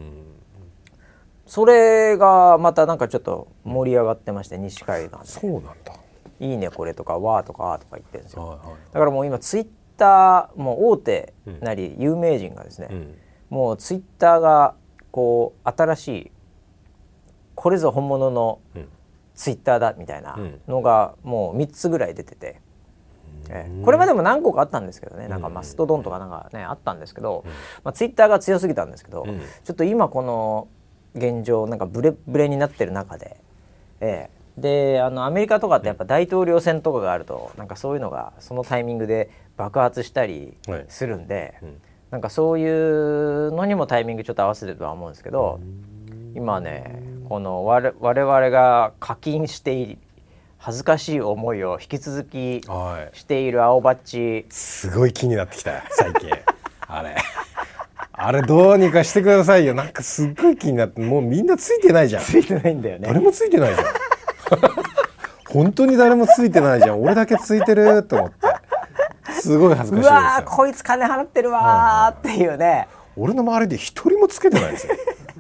Speaker 1: それがまたなんかちょっと盛り上がってまして西海岸
Speaker 2: そうなんだ
Speaker 1: で「いいねこれ」とか「わ」とか「あ」とか言ってるんですよ
Speaker 2: は
Speaker 1: だからもう今ツイッターもう大手なり有名人がですね、
Speaker 2: いはいうん
Speaker 1: もうツイッターがこう新しいこれぞ本物の
Speaker 2: うん
Speaker 1: ツイッターだみたいな
Speaker 2: うん
Speaker 1: のがもう3つぐらい出てて、ええこれまでも何個かあったんですけどねなんかマストドンとかなんかねあったんですけど、まあ、ツイッターが強すぎたんですけど、
Speaker 2: うん
Speaker 1: ちょっと今この現状なんかブレブレになってる中で、ええであのアメリカとかってやっぱ大統領選とかがあるとなんかそういうのがそのタイミングで爆発したり
Speaker 2: はい
Speaker 1: するんで、
Speaker 2: うん
Speaker 1: なんかそういうのにもタイミングちょっと合わせてるとは思うんですけど、今ねこの我我々が課金している恥ずかしい思いを引き続き
Speaker 2: はい
Speaker 1: している青バッジ
Speaker 2: すごい気になってきた最近 あれあれどうにかしてくださいよなんかすっごい気になってもうみんなついてないじゃん
Speaker 1: ついてないんだよ
Speaker 2: 誰もついてないじゃん 本当に誰もついてないじゃん俺だけついてると思ってすごい恥ず
Speaker 1: う
Speaker 2: かしいです
Speaker 1: わー
Speaker 2: よ
Speaker 1: こいつ金払ってるわーっていうね
Speaker 2: 俺の周りで一人もつけてないですよ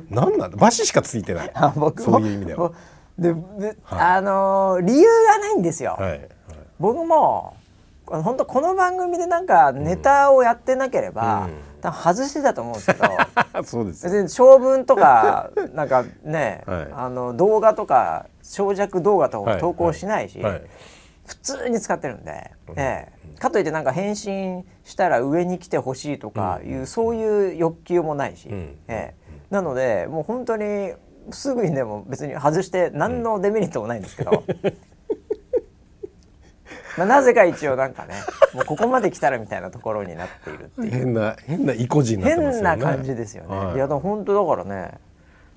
Speaker 2: なんなんだバシしかついてない
Speaker 1: あ僕も
Speaker 2: そういう意味では
Speaker 1: もうでであのー理由がないんですよ、
Speaker 2: はい、はい、
Speaker 1: 僕も本当この番組でなんかネタをやってなければ、多分外してたと思うんですけ ど
Speaker 2: あそうですよ
Speaker 1: 別に長文とかなんかね、
Speaker 2: はい
Speaker 1: あの動画とか長尺動画と
Speaker 2: は
Speaker 1: か
Speaker 2: い
Speaker 1: 投稿しないし、
Speaker 2: はい
Speaker 1: 普通に使ってるんで、ええかといってなんか返信したら上に来てほしいとかいう、そういう欲求もないし、
Speaker 2: ん
Speaker 1: ええなのでもう本当にすぐにでも別に外して何のデメリットもないんですけ ど、まあなぜか一応なんかねもうここまで来たらみたいなところになっているっていう
Speaker 2: 変な変な意固地になってます
Speaker 1: 変
Speaker 2: よね
Speaker 1: な感じですよね、
Speaker 2: はい
Speaker 1: い、やでも本当だからね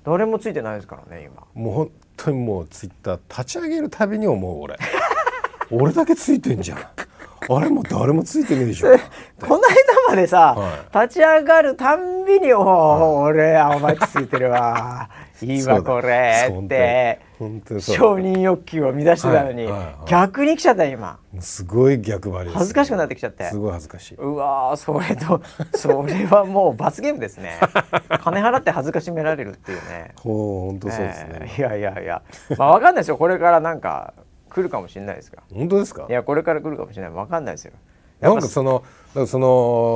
Speaker 1: 誰もついてないですからね今
Speaker 2: もう本当にもうツイッター立ち上げるたびに思う俺 俺だけついてんじゃんあれもう誰もついてね えじゃん
Speaker 1: この間までさ、
Speaker 2: は
Speaker 1: 立ち上がるたんびに「おお、俺青バッチついてるわいいわ
Speaker 2: そうだ
Speaker 1: これ」って
Speaker 2: そう本当に本当にそうだ
Speaker 1: 承認欲求を乱してたのに、
Speaker 2: はいはいはい
Speaker 1: 逆に来ちゃった今
Speaker 2: もうすごい逆張りです
Speaker 1: 恥ずかしくなってきちゃって
Speaker 2: すごい恥ずかしいう
Speaker 1: わーそれと それはもう罰ゲームですね金払って恥ずかしめられるっていうね
Speaker 2: ほう本当そうです
Speaker 1: え
Speaker 2: ね、
Speaker 1: ーいやいやいやまあ分かんないですよこれからなんか来るかもしれないですから
Speaker 2: 本当ですか
Speaker 1: いやこれから来るかもしれない分かんないですよ
Speaker 2: なんかそのだからそ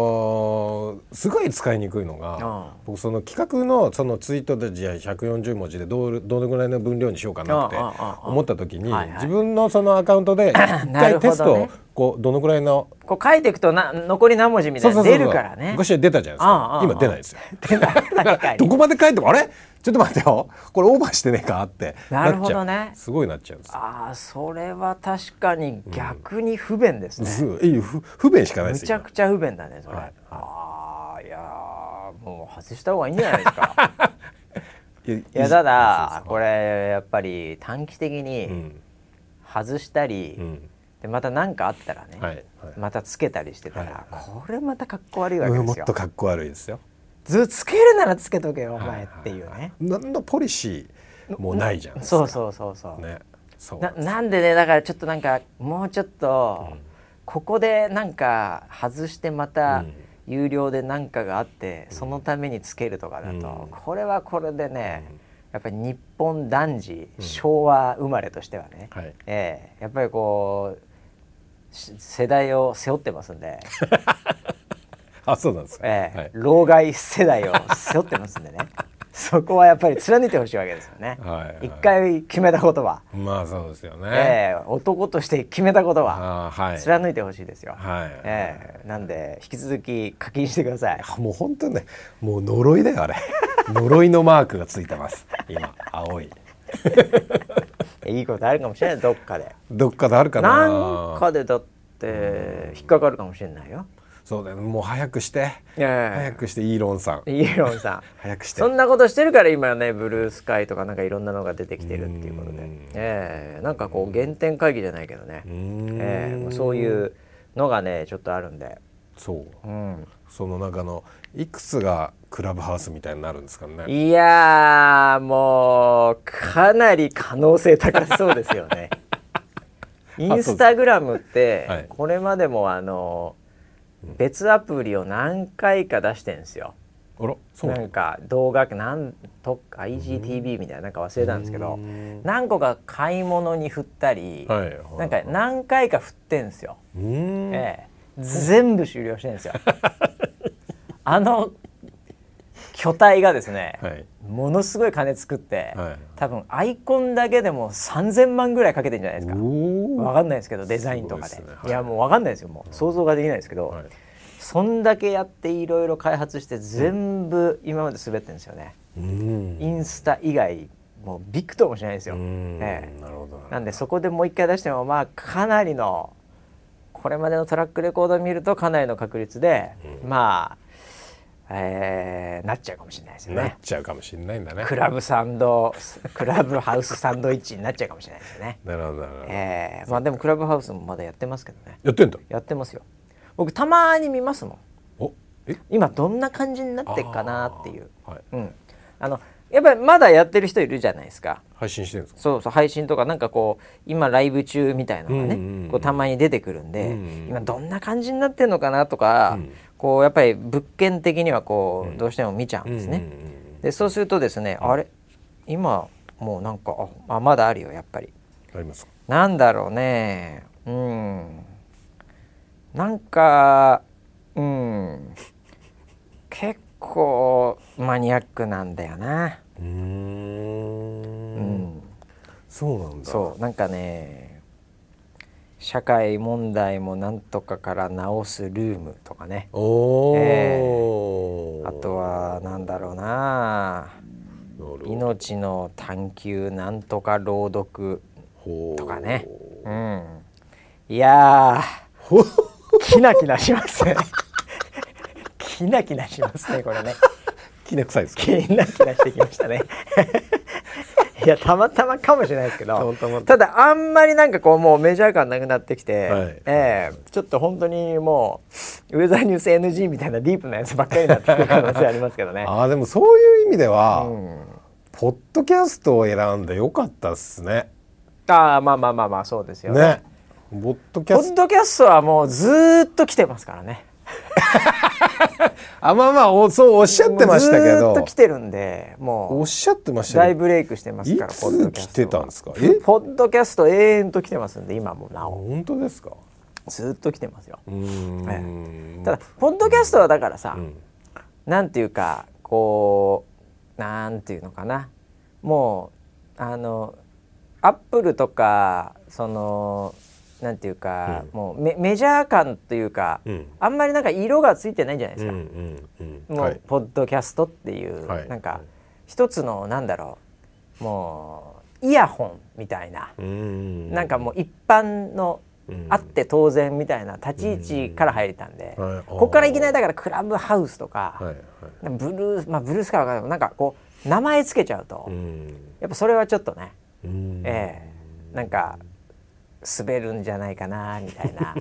Speaker 2: のすごい使いにくいのが、
Speaker 1: うん
Speaker 2: 僕その企画のそのツイートでじゃあ140文字でどうどのぐらいの分量にしようかなって
Speaker 1: うんうんうんうん
Speaker 2: 思った時に、
Speaker 1: はいはい
Speaker 2: 自分のそのアカウント で一
Speaker 1: なるほどね
Speaker 2: 回テストをこうどのぐらいの
Speaker 1: こう書いていくとな残り何文字みたいなの出るからね
Speaker 2: 昔は出たじゃないですか。
Speaker 1: うんうんうん
Speaker 2: 今出ないですよ。だ
Speaker 1: 確 か
Speaker 2: か
Speaker 1: ら
Speaker 2: ど
Speaker 1: に
Speaker 2: こまで書いてもあれちょっと待ってよこれオーバーしてねえかって
Speaker 1: な
Speaker 2: な
Speaker 1: る
Speaker 2: っ
Speaker 1: ほ
Speaker 2: ちゃ
Speaker 1: ど
Speaker 2: う。
Speaker 1: ね
Speaker 2: すごいなっちゃうんですよ。
Speaker 1: ああそれは確かに逆に不便ですね、
Speaker 2: すごいいい不不便しかないで
Speaker 1: む
Speaker 2: す
Speaker 1: ち
Speaker 2: よ
Speaker 1: ゃ。くちゃ不便だねそれ、
Speaker 2: はい
Speaker 1: ああいやーもう外した方がいいんじゃないで すか
Speaker 2: 今い
Speaker 1: いやただこれやっぱり短期的
Speaker 2: う
Speaker 1: に
Speaker 2: ん
Speaker 1: 外したり、
Speaker 2: うん
Speaker 1: でまた何かあったらね、
Speaker 2: はいはい
Speaker 1: またつけたりしてたら、
Speaker 2: はい
Speaker 1: これまたかっこ悪いわけ
Speaker 2: うん
Speaker 1: で
Speaker 2: もっ
Speaker 1: すよ
Speaker 2: とかっこ悪いですよ。
Speaker 1: ずつけるならつけとけよお前っていうね、
Speaker 2: 何のポリシーもないじゃん。
Speaker 1: そうそうそうそう、
Speaker 2: ね。そう
Speaker 1: ななんでねだからちょっとなんかもうちょっと、ここでなんか外してまた有料で何かがあって、そのためにつけるとかだと、これはこれでね、やっぱり日本男児、昭和生まれとしてはね、
Speaker 2: はい
Speaker 1: ええやっぱりこうし世代を背負ってますん で、
Speaker 2: あそうなんですか。
Speaker 1: ええ
Speaker 2: はい
Speaker 1: 老害世代を背負ってますんでね そこはやっぱり貫いてほしいわけですよね。
Speaker 2: はいはい
Speaker 1: 一回決めたことは、
Speaker 2: まあそうですよね、
Speaker 1: ええ男として決めたことは
Speaker 2: あーはい
Speaker 1: 貫いてほしいですよ。
Speaker 2: はい
Speaker 1: ええなんで引き続き課金してください。
Speaker 2: あもう本当にねもう呪いだよあれ 呪いのマークがついてます今青い
Speaker 1: いいことあるかもしれないどっかで。
Speaker 2: どっかであるかな
Speaker 1: なんかでだって引っかかるかもしれないよ。
Speaker 2: そうだよねもう早くして、早
Speaker 1: え
Speaker 2: くしてイーロンさん
Speaker 1: えイエロンさん。
Speaker 2: 早くして
Speaker 1: そんなことしてるから今ねブルースカイとかなんかいろんなのが出てきてるっていうことで
Speaker 2: うん、
Speaker 1: ええなんかこう原点会議じゃないけどね、
Speaker 2: うーん
Speaker 1: ええもうそういうのがねちょっとあるんで、
Speaker 2: そう
Speaker 1: うん、
Speaker 2: その中のいくつがクラブハウスみたいになるんですかね
Speaker 1: いやーもうかなり可能性高そうですよ ね。インスタグラムっ
Speaker 2: は
Speaker 1: て
Speaker 2: い
Speaker 1: これまでもあの別アプリを何回か出してんですよ。
Speaker 2: あらそう
Speaker 1: なんか動画なんと IGTV みたいななんか忘れたんですけど何個か買い物に振ったり、
Speaker 2: はいはい
Speaker 1: なんか何回か振ってんですよ、
Speaker 2: うーん
Speaker 1: ええ全部終了してん ですよあの巨体がですね、
Speaker 2: はい
Speaker 1: ものすごい金作って、
Speaker 2: はい
Speaker 1: 多分アイコンだけでも3,000万ぐらいかけてんじゃないですか
Speaker 2: お
Speaker 1: わ
Speaker 2: ー
Speaker 1: かんないですけどデザインとかです
Speaker 2: ごいですねはい
Speaker 1: いやもうわかんないですよもう想像ができないですけど、
Speaker 2: はい
Speaker 1: そんだけやっていろいろ開発して全部今まで滑ってるんですよね、
Speaker 2: うーん
Speaker 1: インスタ以外もうビクともしないですよ、
Speaker 2: うーん
Speaker 1: ええ
Speaker 2: なるほどな
Speaker 1: なんでそこでもう一回出してもまあかなりのこれまでのトラックレコードを見るとかなりの確率で、まあ、えーなっちゃうかもしれないですよ
Speaker 2: なっ
Speaker 1: ね
Speaker 2: ちゃうかもしれないんだね
Speaker 1: クラブサンドクラブハウスサンドイッチになっちゃうかもしれないですよね
Speaker 2: なるほどなるほど
Speaker 1: えーまあでもクラブハウスもまだやってますけどね
Speaker 2: やってんだ
Speaker 1: やってますよ僕たまに見ますもん
Speaker 2: おえ
Speaker 1: 今どんな感じになってっかなっていう
Speaker 2: あーはい
Speaker 1: うん、あのやっぱりまだやってる人いるじゃないですか
Speaker 2: 配信してるんですか
Speaker 1: そうそう配信とかなんかこう今ライブ中みたいなのがね、
Speaker 2: うんうんうん
Speaker 1: こうたまに出てくるんで、
Speaker 2: うんうん
Speaker 1: 今どんな感じになってるのかなとか、
Speaker 2: うん
Speaker 1: こうやっぱり物件的にはこう、どうしても見ちゃうんですね。
Speaker 2: うんうんうん
Speaker 1: でそうするとですね、あれ今もうなんかああまだあるよやっぱり。
Speaker 2: ありますか
Speaker 1: なんだろうねうんなんかうん結構マニアックなんだよな、
Speaker 2: うーん
Speaker 1: うん、
Speaker 2: そうなんだ
Speaker 1: そうなんかね社会問題もなんとかから直すルームとかね
Speaker 2: おお、
Speaker 1: えあとはなんだろうな命の探求なんとか朗読と
Speaker 2: と
Speaker 1: かねうんいやーキナキナしますねキナキナしますねこれね
Speaker 2: きな臭いですか
Speaker 1: キナキナしてきましたねいやたまたまかもしれないですけど
Speaker 2: たまたま
Speaker 1: だあんまりなんかこうもうメジャー感なくなってきて、
Speaker 2: はい
Speaker 1: ええちょっと本当にもうウェザーニュース NG みたいなディープなやつばっかりになってくる可能性ありますけどね
Speaker 2: あーでもそういう意味では、
Speaker 1: うん
Speaker 2: ポッドキャストを選んでよかったっすね
Speaker 1: ああまあまあまあまあそうですよね
Speaker 2: ねポッドキ
Speaker 1: ポ
Speaker 2: ャス
Speaker 1: ッ
Speaker 2: ト
Speaker 1: ドキャストはもうずーっと来てますからね
Speaker 2: あまあまあおそうおっしゃってました
Speaker 1: もう
Speaker 2: けど
Speaker 1: ずーっと来てるんでも
Speaker 2: おっ
Speaker 1: う
Speaker 2: しゃってました
Speaker 1: 大
Speaker 2: けど
Speaker 1: ブレイクしてます
Speaker 2: い
Speaker 1: からポッド
Speaker 2: つ
Speaker 1: キャ
Speaker 2: 来
Speaker 1: スト
Speaker 2: て
Speaker 1: は
Speaker 2: たんですかえ
Speaker 1: ポッドキャスト永遠と来てますんで今もなお
Speaker 2: 本当ですか
Speaker 1: ずーっと来てますよ
Speaker 2: うーん
Speaker 1: ただポッドキャストはだからさ、なんていうかこうなんていうのかなもうあのアップルとかそのなんていうか、
Speaker 2: うん
Speaker 1: もうメメジャー感というか、
Speaker 2: うん
Speaker 1: あんまりなんか色がついてないじゃないで
Speaker 2: う
Speaker 1: す
Speaker 2: んう
Speaker 1: か、
Speaker 2: んうん
Speaker 1: もう、
Speaker 2: はい
Speaker 1: ポッドキャストっていう、
Speaker 2: は
Speaker 1: な
Speaker 2: い
Speaker 1: ん
Speaker 2: は
Speaker 1: か
Speaker 2: い
Speaker 1: 一つのなんだろうもうイヤホンみたいな、
Speaker 2: うーん
Speaker 1: なんかもう一般の、
Speaker 2: うん
Speaker 1: あって当然みたいな立ち位置から入れたんで、
Speaker 2: はい
Speaker 1: ここからいきなりだからクラブハウスとか、
Speaker 2: はいはい
Speaker 1: ブルーまあブルースかわかんないけどなんかこう名前つけちゃうと、
Speaker 2: うん
Speaker 1: やっぱそれはちょっとね、
Speaker 2: うん
Speaker 1: ええなんか滑るんじゃないかなみたい な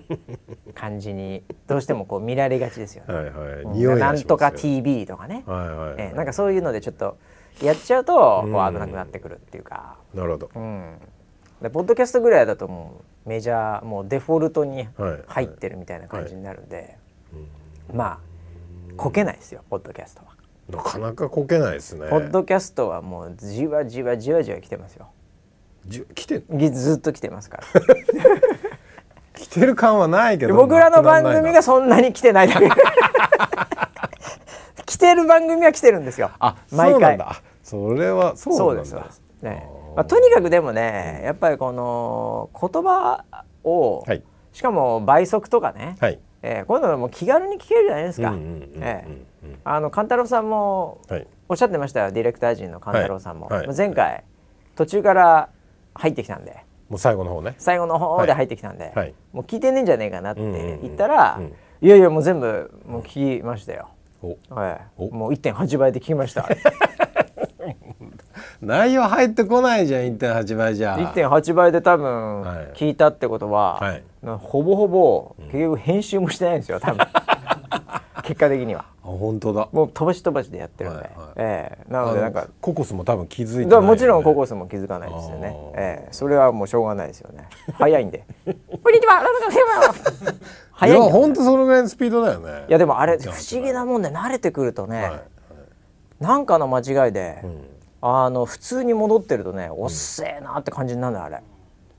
Speaker 1: 感じにどうしてもこう見られがちですよね。
Speaker 2: はいはい
Speaker 1: うん
Speaker 2: 匂いがし
Speaker 1: な
Speaker 2: ます
Speaker 1: ん
Speaker 2: よ
Speaker 1: とか TV とかね、
Speaker 2: はいはいはい
Speaker 1: ええなんかそういうのでちょっとやっちゃうとこう
Speaker 2: うん
Speaker 1: 危なくなってくるっていうか、
Speaker 2: なるほど
Speaker 1: うん、でポッドキャストぐらいだともうメジャーもうデフォルトに
Speaker 2: はい
Speaker 1: 入ってるみたいな感じになるんで、まあこけないですよポッドキャストは、
Speaker 2: なかなかこけないですね
Speaker 1: ポッドキャストはもうじわじわじわじわ来てますよ
Speaker 2: じゅ来て
Speaker 1: ぎずっと来てますから
Speaker 2: 来てる感はないけど
Speaker 1: 僕らの番組が
Speaker 2: なく
Speaker 1: そんなに来てないだけ来来てる番組は来てるんですよ
Speaker 2: あ
Speaker 1: 毎
Speaker 2: そうなん
Speaker 1: 回
Speaker 2: だあそれはそう
Speaker 1: そう
Speaker 2: なん
Speaker 1: で
Speaker 2: だ
Speaker 1: すわ、ね
Speaker 2: あー
Speaker 1: まあ、とにかくでもねやっぱりこの言葉を、
Speaker 2: はい
Speaker 1: しかも倍速とかね、
Speaker 2: はい
Speaker 1: えーこういうのも気軽に聞けるじゃないです
Speaker 2: うんう
Speaker 1: か。
Speaker 2: んうんうん
Speaker 1: ええあの勘太郎さんも
Speaker 2: はい
Speaker 1: おっしゃってましたよディレクター陣の勘太郎さんも、
Speaker 2: はいはい
Speaker 1: まあ前回、途中から入ってきたんで
Speaker 2: もう最後の方ね
Speaker 1: 最後の方で入ってきたんで、
Speaker 2: はい
Speaker 1: もう聞いてねえんじゃねえかなって
Speaker 2: うんうんうん
Speaker 1: 言ったら、
Speaker 2: うん
Speaker 1: いやいやもう全部もう聞きましたよ、
Speaker 2: お
Speaker 1: ええ
Speaker 2: お
Speaker 1: もう1.8倍で聞きました
Speaker 2: 内容入ってこないじゃん1.8倍じゃ
Speaker 1: 1.8倍で多分
Speaker 2: はい
Speaker 1: 聞いたってことは、
Speaker 2: はい
Speaker 1: なほぼほぼ結局編集もしてないんですよ多 分結果的には
Speaker 2: あ本当だ
Speaker 1: もう飛ばし飛ばしでやってるんで、
Speaker 2: はいはい
Speaker 1: ええなのでなん
Speaker 2: あ
Speaker 1: か
Speaker 2: のココスも多分気づいてない
Speaker 1: だからもちろんコ
Speaker 2: ここ
Speaker 1: コスも気づかないですよね
Speaker 2: あ。ー
Speaker 1: ええ、それはもうしょうがないですよ ね。早いんで。こんにちは。早いん
Speaker 2: い
Speaker 1: だ
Speaker 2: や
Speaker 1: よ。
Speaker 2: 本当そのぐらいのスピードだよね
Speaker 1: いやでもあれ不思議なもんで慣れてくるとね、
Speaker 2: はい
Speaker 1: なんかの間違いで、
Speaker 2: ん
Speaker 1: あの普通に戻ってるとね、おっせえなって感じになるのあれ。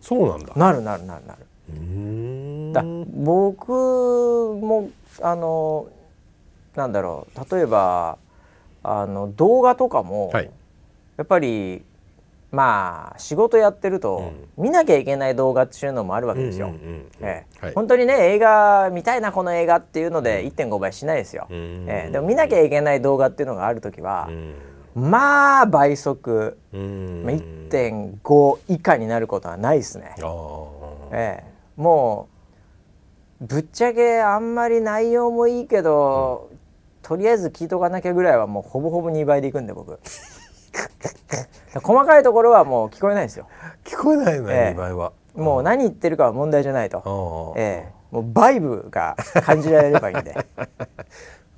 Speaker 2: そうなんだ
Speaker 1: なるなるなるなる。
Speaker 2: うーん
Speaker 1: だ僕もあのなんだろう例えばあの動画とかも、
Speaker 2: はい
Speaker 1: やっぱりまあ仕事やってると、見なきゃいけない動画っていうのもあるわけですよ。
Speaker 2: うんうんうんうん
Speaker 1: ええ
Speaker 2: はい
Speaker 1: 本当にね映画見たいなこの映画っていうので1.5倍しないですよ、
Speaker 2: うんうんうん
Speaker 1: ええでも見なきゃいけない動画っていうのがある時は
Speaker 2: う、ん
Speaker 1: まあ倍速、
Speaker 2: うん
Speaker 1: まあ、1.5以下になることはないですね、
Speaker 2: あー
Speaker 1: ええもうぶっちゃけあんまり内容もいいけど、とりあえず聞いとかなきゃぐらいはもうほぼほぼ2倍でいくんで僕 細かいところはもう聞こえないんですよ
Speaker 2: 聞こえないね、
Speaker 1: ええ
Speaker 2: え場合は
Speaker 1: もう何言ってるかは問題じゃないと、
Speaker 2: ああ、
Speaker 1: ええもうバイブが感じられれ ばいいんで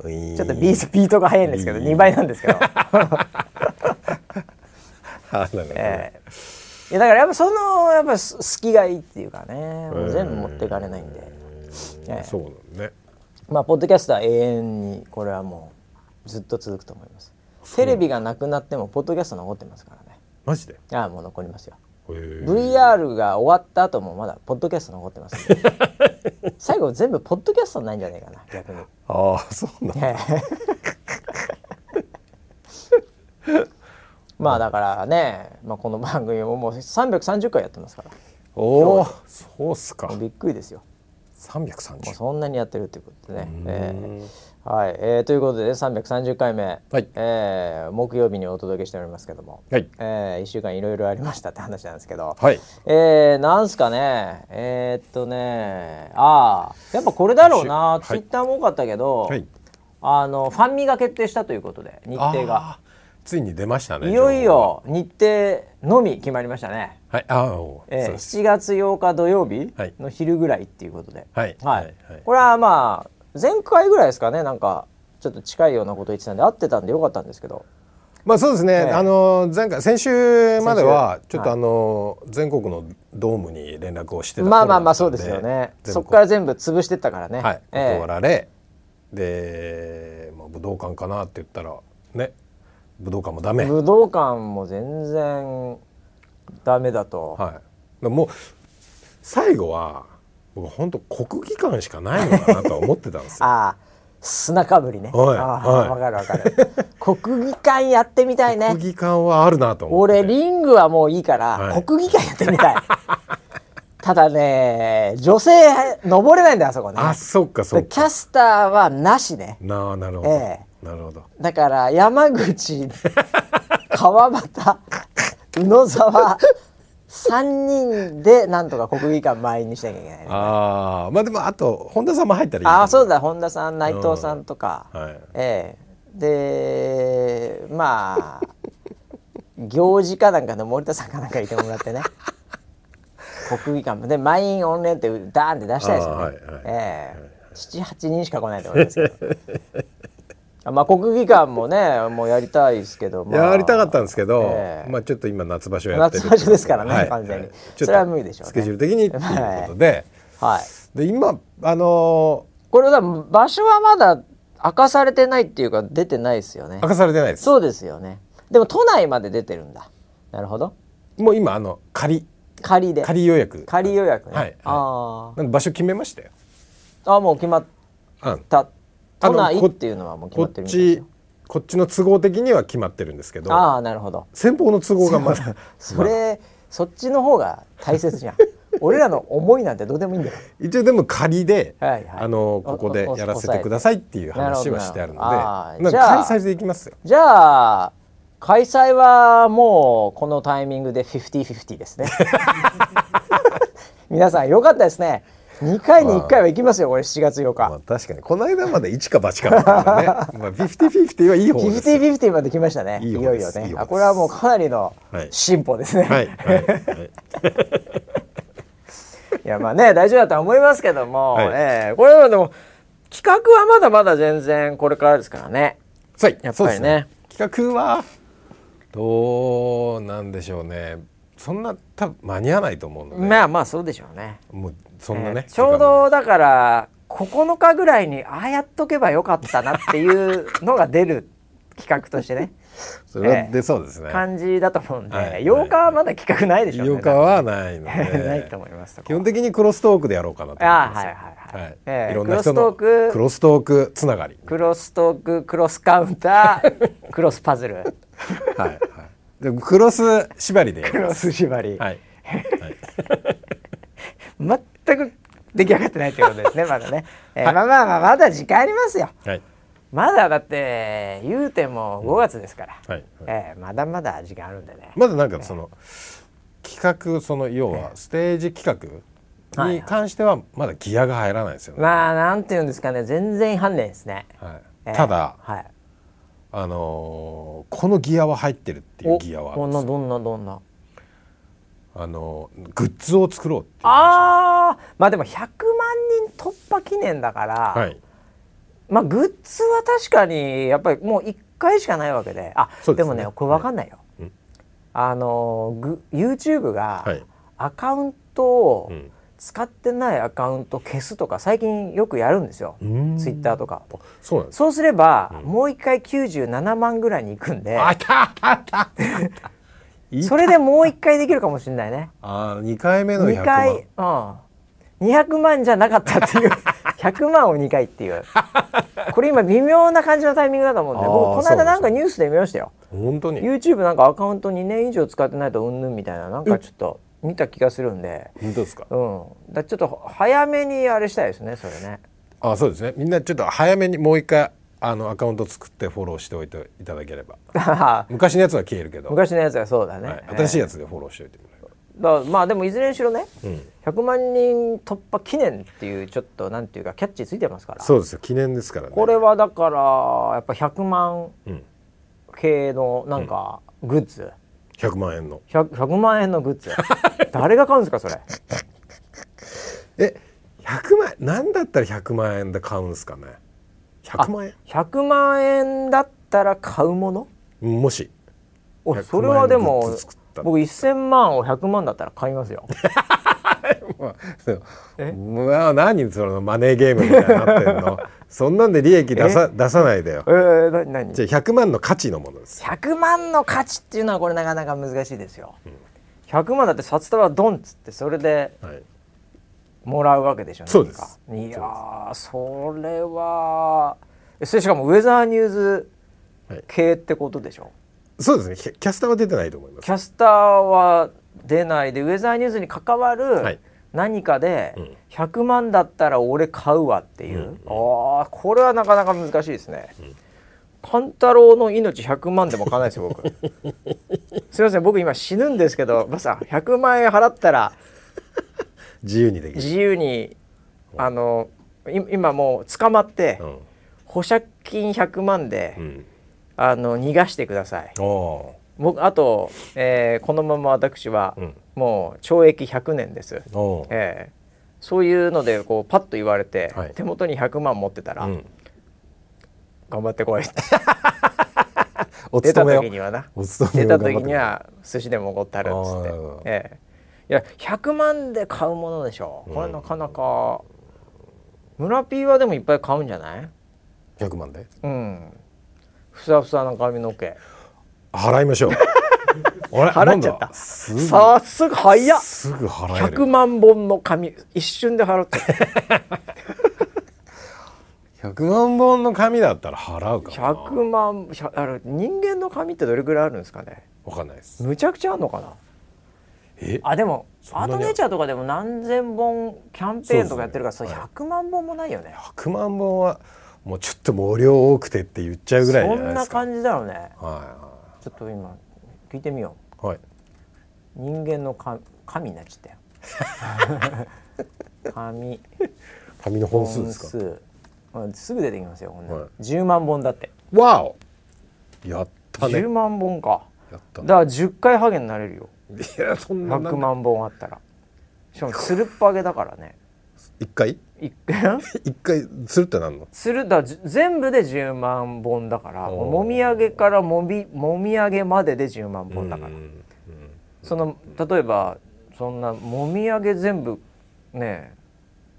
Speaker 2: ち
Speaker 1: ちょっとビートビートが速いんですけど
Speaker 2: いい
Speaker 1: 2倍なんですけど、
Speaker 2: あなるほど、
Speaker 1: ええいやだからやっぱそのやっぱす隙がいいっていうかねもう全部持っていかれないんで、ええ
Speaker 2: そうだね
Speaker 1: まあポッドキャストは永遠にこれはもうずっと続くと思いますテレビがなくなってもポッドキャスト残ってますからね
Speaker 2: マジでへ
Speaker 1: ああもう残りますよ
Speaker 2: え
Speaker 1: VR が終わった後もまだポッドキャスト残ってますんで最後全部ポッドキャストにないんじゃないかな逆に
Speaker 2: ああそうなんだ
Speaker 1: ええまあだからね、まあ、この番組ももう330回やってますから
Speaker 2: おおそうっすか
Speaker 1: もうびっくりですよもう
Speaker 2: 330
Speaker 1: そんなにやってるってことでね。えーはい、えーということで330回目、
Speaker 2: はい
Speaker 1: えー木曜日にお届けしておりますけども、
Speaker 2: はい
Speaker 1: え1週間いろいろありましたって話なんですけど、
Speaker 2: はい
Speaker 1: えーなんすかねえーっとねああやっぱこれだろうな
Speaker 2: 一週
Speaker 1: ツ
Speaker 2: は
Speaker 1: イ
Speaker 2: い
Speaker 1: ッターも多かったけど、
Speaker 2: はい
Speaker 1: あのファンミが決定したということで日程が
Speaker 2: あーついに出ましたね
Speaker 1: いよいよ日程のみ決まりましたね。
Speaker 2: 情報がはいああおー
Speaker 1: え
Speaker 2: そ
Speaker 1: ー
Speaker 2: うです
Speaker 1: 7月8日土曜日
Speaker 2: はい
Speaker 1: の昼ぐらいっていうことで、
Speaker 2: はい
Speaker 1: はい
Speaker 2: はい
Speaker 1: これはまあ前回ぐらいですかねなんかちょっと近いようなこと言ってたんで合ってたんでよかったんですけど
Speaker 2: まあそうですね、
Speaker 1: え
Speaker 2: あの前回先週までは
Speaker 1: 先週
Speaker 2: ちょっとあの、全国のドームに連絡をしてた頃
Speaker 1: まあまあまあそ
Speaker 2: だ
Speaker 1: う
Speaker 2: った
Speaker 1: で
Speaker 2: ん
Speaker 1: すよね
Speaker 2: 全部
Speaker 1: そこから全部潰してったからね、
Speaker 2: はい、
Speaker 1: ええ
Speaker 2: 断られ、で、まあ、武道館かなって言ったらね武道館もダメ、
Speaker 1: 武道館も全然ダメだと、
Speaker 2: はい、もう最後は僕本当国技館しかないのかなとは思ってたんです よ。
Speaker 1: ああ砂かぶりねあ
Speaker 2: はい
Speaker 1: あ
Speaker 2: はい
Speaker 1: わかるわかる 国技館やってみたいね
Speaker 2: 国技館はあるなと思って
Speaker 1: 俺リングはもういいから、
Speaker 2: はい
Speaker 1: 国技館やってみ たいただね女性登れないんだよあそこね
Speaker 2: あそっかそっ
Speaker 1: キ
Speaker 2: か
Speaker 1: ャスターはなしね
Speaker 2: なあなるほど、
Speaker 1: え
Speaker 2: なるほど
Speaker 1: だから山 口川端宇野沢3人でなんとか国技館満員にしなきゃいけないね
Speaker 2: ああまあでもあと本田さんも入ったらいい
Speaker 1: ああ
Speaker 2: う
Speaker 1: そうだ本田さん内藤さんとか、
Speaker 2: はい
Speaker 1: ええでまあ 行事かなんかの森田さんかなんかいてもら ってね国技館もで満員御礼ってダーンって出したいですよね、
Speaker 2: ああはいはい
Speaker 1: ええ78人しか来ないと思い ますけどあまあ国技館もねもうやりたいですけど、まあ
Speaker 2: やりたかったんですけど、
Speaker 1: ええ
Speaker 2: まあちょっと今夏場所やってるっていう
Speaker 1: 夏場所ですからね
Speaker 2: はい
Speaker 1: 完全に
Speaker 2: いちょっと
Speaker 1: それは無理でしょうね
Speaker 2: スケジュール的にっていうことで、
Speaker 1: はい
Speaker 2: で今あの
Speaker 1: これだ場所はまだ明かされてないっていうか出てないですよね
Speaker 2: ー明かされてないです。
Speaker 1: そうですよねでも都内まで出てるんだなるほど
Speaker 2: もう今あの仮
Speaker 1: 仮で
Speaker 2: 仮予約。
Speaker 1: 仮予約ね、
Speaker 2: はいはい
Speaker 1: あ
Speaker 2: なんで場所決めましたよ。
Speaker 1: ーあもう決まっ
Speaker 2: うん。
Speaker 1: た
Speaker 2: あ
Speaker 1: 都
Speaker 2: の
Speaker 1: 内
Speaker 2: こ
Speaker 1: っていうのはもう決
Speaker 2: こ
Speaker 1: まっ
Speaker 2: って
Speaker 1: るみたいです
Speaker 2: ち
Speaker 1: よ
Speaker 2: こっちの都合的には決まってるんですけど
Speaker 1: ああなるほど
Speaker 2: 先方の都合がまだ
Speaker 1: それ、そっちの方が大切 じゃん俺らの思いなんてどうでもいいんだよ
Speaker 2: 一応でも仮で、
Speaker 1: はいはい
Speaker 2: あのここでやらせてくださいっていう話はしてあるので
Speaker 1: なるほどあー
Speaker 2: なん
Speaker 1: じゃあ
Speaker 2: か開催でいきますよ
Speaker 1: じゃあ開催はもうこのタイミングで50-50です ね皆さんよかったですね2回に1回は行きますよこれ7月8
Speaker 2: ま
Speaker 1: 日
Speaker 2: あ確かにこの間まで一か八かだっ たからね。まあフィフティフィフティはいい方ですよ。
Speaker 1: 50-50まで来ましたね
Speaker 2: い
Speaker 1: い
Speaker 2: いよう
Speaker 1: よい
Speaker 2: で
Speaker 1: よ
Speaker 2: すいい
Speaker 1: ね
Speaker 2: ようです
Speaker 1: あこれはもうかなりの
Speaker 2: はい
Speaker 1: 進歩ですね、、
Speaker 2: はいいはいはい。
Speaker 1: やまあね 大丈夫だとは思いますけども、
Speaker 2: はい
Speaker 1: ええこれはでも企画はまだまだ全然これからですからね
Speaker 2: そう
Speaker 1: やっぱりね
Speaker 2: そうです企画はどうなんでしょうね。そんな多分間に合わないと思うので、
Speaker 1: まあまあそうでしょうね
Speaker 2: もうそんなね、
Speaker 1: えーちょうどだから9日ぐらいにああやっとけばよかったなっていうのが出る企画としてね
Speaker 2: 時間がそれ は出そうですね。
Speaker 1: 感じだと思うんで、
Speaker 2: はい
Speaker 1: 8日はまだ企画ないでしょうね
Speaker 2: 8日はないの で、
Speaker 1: ないと思いますそこ
Speaker 2: 基本的にクロストークでやろうかなと思い
Speaker 1: ああ
Speaker 2: ます
Speaker 1: はい
Speaker 2: よ。
Speaker 1: はいはい、
Speaker 2: はい
Speaker 1: えー
Speaker 2: いろんな人の
Speaker 1: クロストー
Speaker 2: ク
Speaker 1: ク
Speaker 2: ロストークつながり。
Speaker 1: クロストーククロスカウンタ ークロスパズル
Speaker 2: はいはい。でクロス縛りでやり
Speaker 1: ク
Speaker 2: ま
Speaker 1: ロス
Speaker 2: す。
Speaker 1: 縛り、
Speaker 2: はい。はい
Speaker 1: 全く出来上がってないということですねま だね、えーまあまあまあまだ時間ありますよ
Speaker 2: はい
Speaker 1: まだだって言うても5月ですから、
Speaker 2: はい。
Speaker 1: えーまだまだ時間あるんでね、
Speaker 2: まずなんかその企画その要はステージ企画に関してはまだギアが入らないですよね。
Speaker 1: まあなんていうんですかね全然判例ですね、
Speaker 2: はい
Speaker 1: えー
Speaker 2: ただ
Speaker 1: はい
Speaker 2: あのーこのギアは入ってるっていうギアはある
Speaker 1: お
Speaker 2: ん
Speaker 1: どんな
Speaker 2: です
Speaker 1: どんなどんな
Speaker 2: あのーグッズを作ろうっていう。
Speaker 1: あーまあでも100万人突破記念だから、
Speaker 2: はい。
Speaker 1: まあグッズは確かにやっぱりもう1回しかないわけであ
Speaker 2: そう
Speaker 1: で
Speaker 2: ですね
Speaker 1: もねこれ分かんないよ、
Speaker 2: いうん
Speaker 1: あのグ YouTube が
Speaker 2: はい
Speaker 1: アカウントを
Speaker 2: うん
Speaker 1: 使ってないアカウント消すとか最近よくやるんですよ、
Speaker 2: うーん
Speaker 1: Twitter とか。
Speaker 2: そうなんです。
Speaker 1: そうすれば、もう一回97万ぐらいに行くんで
Speaker 2: あいたあたあた。あたい
Speaker 1: それでもう一回できるかもしれないね
Speaker 2: あー二回目の
Speaker 1: 2
Speaker 2: 100万
Speaker 1: 回。うん200万じゃなかったって いう100万を2回っていうこれ今微妙な感じのタイミングだと思うんで
Speaker 2: あー
Speaker 1: 僕この間なん
Speaker 2: そうな
Speaker 1: か
Speaker 2: ん
Speaker 1: ニュースで見ましたよ
Speaker 2: 本当に。
Speaker 1: YouTube なんかアカウント2年以上使ってないとうんぬんみたいななんかちょっと見た気がするんで
Speaker 2: 本当ですか
Speaker 1: う。んだちょっと早めにあれしたいですねそれね
Speaker 2: あそうですね。みんなちょっと早めにもう一回あのアカウント作ってフォローしておいていただければ。昔のやつは消えるけど。
Speaker 1: 昔のやつがそうだね、
Speaker 2: はい、新しいやつでフォローしておいてもらえば、
Speaker 1: だまあでもいずれにしろね、
Speaker 2: うん
Speaker 1: 100万人突破記念っていうちょっとなんていうかキャッチついてますから
Speaker 2: そうですよ記念ですからね
Speaker 1: これはだからやっぱ100万
Speaker 2: うん、
Speaker 1: 系のなんかグッズ、
Speaker 2: 100万円の
Speaker 1: 100, 100万円のグッズ誰が買うんですかそれ
Speaker 2: え100万円なんだったら100万円で買うんですかね100万円
Speaker 1: 100万円だったら買うもの
Speaker 2: もし
Speaker 1: お
Speaker 2: 100
Speaker 1: それはで
Speaker 2: 万円の
Speaker 1: も
Speaker 2: グッズ作った
Speaker 1: 僕1000万を100万だったら買います よえ
Speaker 2: うわ何そのマネーゲームみたいになって んのそんなんで利益出さ出さないでよ
Speaker 1: えー、な何
Speaker 2: じゃあ100万の価値のものです
Speaker 1: 100万の価値っていうのはこれなかなか難しいですよ、100万だって札束ドンっつってそれで
Speaker 2: はい
Speaker 1: もらうわけでしょ
Speaker 2: そうです
Speaker 1: 何かいやーそれはえそれしかもウェザーニューズ系ってことでしょ、
Speaker 2: そうですねキャキャスターは出てないと思います
Speaker 1: キャスターは出ないでウェザーニュースに関わ
Speaker 2: はい
Speaker 1: る何かで
Speaker 2: うん
Speaker 1: 100万だったら俺買うわっていう、ああこれはなかなか難しいですね、勘太郎の命100万でも買わないですよ 僕すいません僕今死ぬんですけどまさ100万円払ったら
Speaker 2: 自由にできる、
Speaker 1: 自由にあのい今もう捕まって
Speaker 2: うん
Speaker 1: 保釈金100万で、
Speaker 2: うん、
Speaker 1: あの逃がしてください
Speaker 2: おお
Speaker 1: 僕あと、えーこのまま私は、
Speaker 2: うん
Speaker 1: もう懲役100年です、
Speaker 2: ーおー
Speaker 1: えーそういうのでこうパッと言われて、
Speaker 2: はい
Speaker 1: 手元に100万持ってたら、
Speaker 2: うん、
Speaker 1: 頑張ってこいって
Speaker 2: お
Speaker 1: 出た
Speaker 2: 勤めを
Speaker 1: 時にはな
Speaker 2: お勤め
Speaker 1: 出た
Speaker 2: を頑張って
Speaker 1: 時には寿司でもおごったるっつって
Speaker 2: あー、
Speaker 1: えーいや100万で買うものでしょこれなかなか、村ピーはでもいっぱい買うんじゃない
Speaker 2: 100万で
Speaker 1: うんふさふさな髪の毛
Speaker 2: 払いま しょう。あれ
Speaker 1: 払っちゃった
Speaker 2: なんだすぐ
Speaker 1: さすが早っ
Speaker 2: すぐ払え
Speaker 1: 100
Speaker 2: る。
Speaker 1: 万本の髪一瞬で払って
Speaker 2: 100 100万本の紙だったら払うかな
Speaker 1: 100万ひゃあの人間の髪ってどれぐらいあるんですかね
Speaker 2: わかんないです
Speaker 1: むちゃくちゃあるのかな
Speaker 2: え
Speaker 1: あでも
Speaker 2: そん
Speaker 1: アー
Speaker 2: なにある
Speaker 1: トネイチャーとかでも何千本キャンペーンとかやってるからそ
Speaker 2: そう
Speaker 1: れ
Speaker 2: ですね
Speaker 1: 100万本もないよね
Speaker 2: 100万本はもうちょっと毛量多くてって言っちゃうぐらいじ
Speaker 1: そ
Speaker 2: ゃない
Speaker 1: ん
Speaker 2: で
Speaker 1: な
Speaker 2: すか
Speaker 1: 感じだろうね
Speaker 2: は
Speaker 1: ちょっと今聞いてみよ
Speaker 2: いはい、は
Speaker 1: う
Speaker 2: い、
Speaker 1: 人間のか神になっ ちゃったよ神
Speaker 2: 紙の本数ですか
Speaker 1: 本数うんすぐ出てきますよこんなの、
Speaker 2: はい
Speaker 1: 10万本だって
Speaker 2: わおやったね
Speaker 1: 10万本か
Speaker 2: やった
Speaker 1: だ
Speaker 2: ね
Speaker 1: から10回ハゲになれるよ
Speaker 2: いやそんな
Speaker 1: 100万本あったらしかもつるっぱげだからね
Speaker 2: 一回
Speaker 1: 一回
Speaker 2: 一回するってなんの
Speaker 1: つるだじゅ全部で10万本だから
Speaker 2: おー
Speaker 1: もみあげからもみもみあげまでで10万本だから、
Speaker 2: うんうん
Speaker 1: その例えばそんなもみあげ全部ね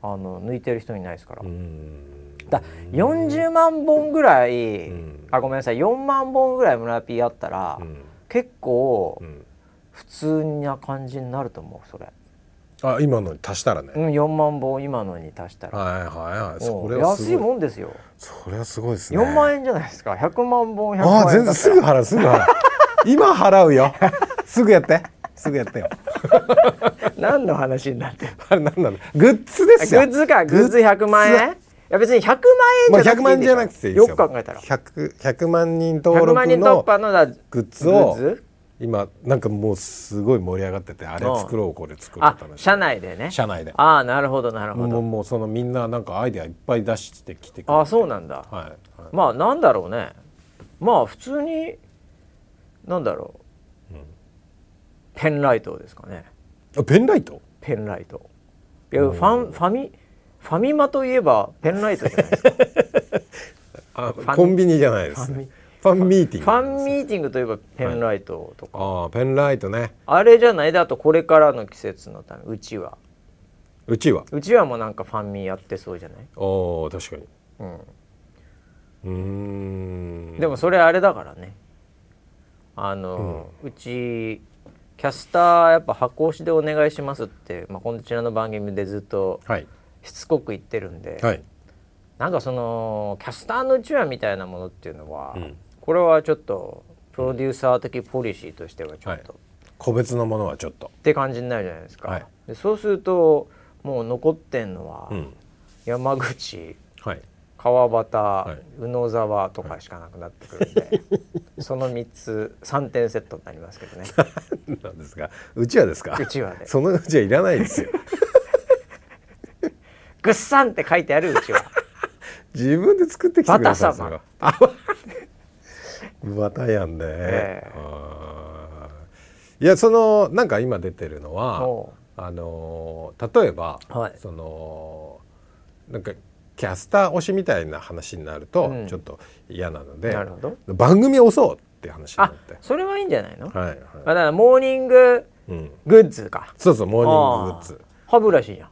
Speaker 1: あの抜いてる人いないですから、
Speaker 2: うん
Speaker 1: だ40万本ぐらい、
Speaker 2: うん
Speaker 1: あごめんなさい4万本ぐらい村ピーあったら、
Speaker 2: うん
Speaker 1: 結構
Speaker 2: うん
Speaker 1: 普通な感じになると思うそれ、
Speaker 2: あ今のに足したらね、
Speaker 1: うん、4万本今のに足したら、
Speaker 2: はいはいはい
Speaker 1: お
Speaker 2: そうれはす
Speaker 1: 安い
Speaker 2: ごい
Speaker 1: もんですよ
Speaker 2: それはすごいですね
Speaker 1: 4万円じゃないですか100万本100万
Speaker 2: あ
Speaker 1: 円
Speaker 2: あ全然すぐ払うすぐ 払う今払うよすぐやってすぐやってよ
Speaker 1: 何の話になってる
Speaker 2: あれ何なのグッズです
Speaker 1: グ
Speaker 2: よ
Speaker 1: ッズかグッズ100万円いや別に100万
Speaker 2: まあ
Speaker 1: 円じゃなくていいでしょ、
Speaker 2: 100万じゃなくていいで
Speaker 1: よ
Speaker 2: す
Speaker 1: く
Speaker 2: よ
Speaker 1: 考えたら
Speaker 2: 100, 100万人登
Speaker 1: 100
Speaker 2: 録
Speaker 1: 万人突
Speaker 2: の
Speaker 1: 破のだグ
Speaker 2: グッズを
Speaker 1: グッズ
Speaker 2: 今なんかもうすごい盛り上がっててあれ作ろうこれ作ろう
Speaker 1: あ
Speaker 2: って話
Speaker 1: 社内でね
Speaker 2: 社内で
Speaker 1: ああなるほどなるほ
Speaker 2: もう
Speaker 1: ど
Speaker 2: もうそのみんななんかアイデアいっぱい出してきてくれて
Speaker 1: ああそうなんだ
Speaker 2: はい、はい
Speaker 1: まあなんだろうねまあ普通になんだろう、ペンライトですかね
Speaker 2: あペンライト
Speaker 1: ペンライトいやファンファミファミマといえばペンライトじゃない ですか
Speaker 2: あコンビニじゃないです、ね、ファンミーティング
Speaker 1: ファンミーティングといえばペンライトとか、
Speaker 2: ああペンライトね
Speaker 1: あれじゃないであとこれからの季節のためうちは
Speaker 2: うちは
Speaker 1: うちはもうなんかファンミやってそうじゃない、
Speaker 2: おー確か
Speaker 1: う
Speaker 2: に
Speaker 1: ん
Speaker 2: うーん
Speaker 1: でもそれあれだからねあの、うちキャスターやっぱ箱押しでお願いしますって、まあ、こちらの番組でずっと
Speaker 2: はい
Speaker 1: しつこく言ってるんで、
Speaker 2: はい
Speaker 1: なんかそのキャスターのうちわみたいなものっていうのは、
Speaker 2: ん
Speaker 1: これはちょっとプロデューサー的ポリシーとしてはちょっと、
Speaker 2: は個別のものはちょっと
Speaker 1: って感じになるじゃないですか、
Speaker 2: はい
Speaker 1: でそうするともう残ってんのは、
Speaker 2: うん
Speaker 1: 山口
Speaker 2: はい
Speaker 1: 川端、
Speaker 2: い
Speaker 1: 宇野沢とかしかなくなってくるんで、 その3つ3点セットになりますけどね
Speaker 2: なんですかうちはですか
Speaker 1: うちわで
Speaker 2: そのうちはいらないで すよ
Speaker 1: ぐっさんって書いてあるうちは
Speaker 2: 自分で作ってきてください
Speaker 1: バタ様
Speaker 2: それはあ バタやんね、
Speaker 1: ええ
Speaker 2: あーいやそのなんか今出てるのは
Speaker 1: お
Speaker 2: あのー例えば、
Speaker 1: はい
Speaker 2: そのなんかキャスター推しみたいな話になると、
Speaker 1: うん
Speaker 2: ちょっと嫌なので
Speaker 1: なるほど
Speaker 2: 番組を押そうって話にな
Speaker 1: あ
Speaker 2: って
Speaker 1: それはいいんじゃないの、
Speaker 2: はいはい、
Speaker 1: あだからモーニング
Speaker 2: うん、
Speaker 1: グッズか
Speaker 2: そうそうモーニンググッズ
Speaker 1: あー歯ブラシじゃん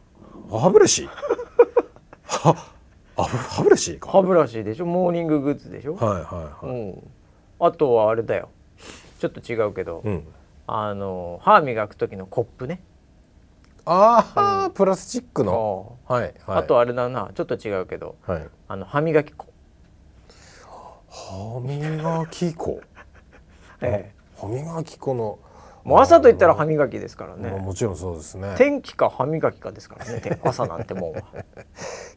Speaker 2: 歯ブラシはあ歯ブラシか
Speaker 1: 歯ブラシでしょモーニンググッズでしょ、
Speaker 2: はいはいは
Speaker 1: う
Speaker 2: い、
Speaker 1: ん、あとはあれだよちょっと違うけど、
Speaker 2: うん、
Speaker 1: あの歯磨く時のコップね、
Speaker 2: ああ、プラスチックの
Speaker 1: お
Speaker 2: はいはい
Speaker 1: あとあれだなちょっと違うけど
Speaker 2: はい
Speaker 1: あの歯磨き粉
Speaker 2: 歯磨 き粉
Speaker 1: え
Speaker 2: 歯磨き粉の
Speaker 1: もう朝といったら歯磨きですから
Speaker 2: まあ
Speaker 1: ね
Speaker 2: もちろんそうですね
Speaker 1: 天気か歯磨きかですからね 天朝なんてもう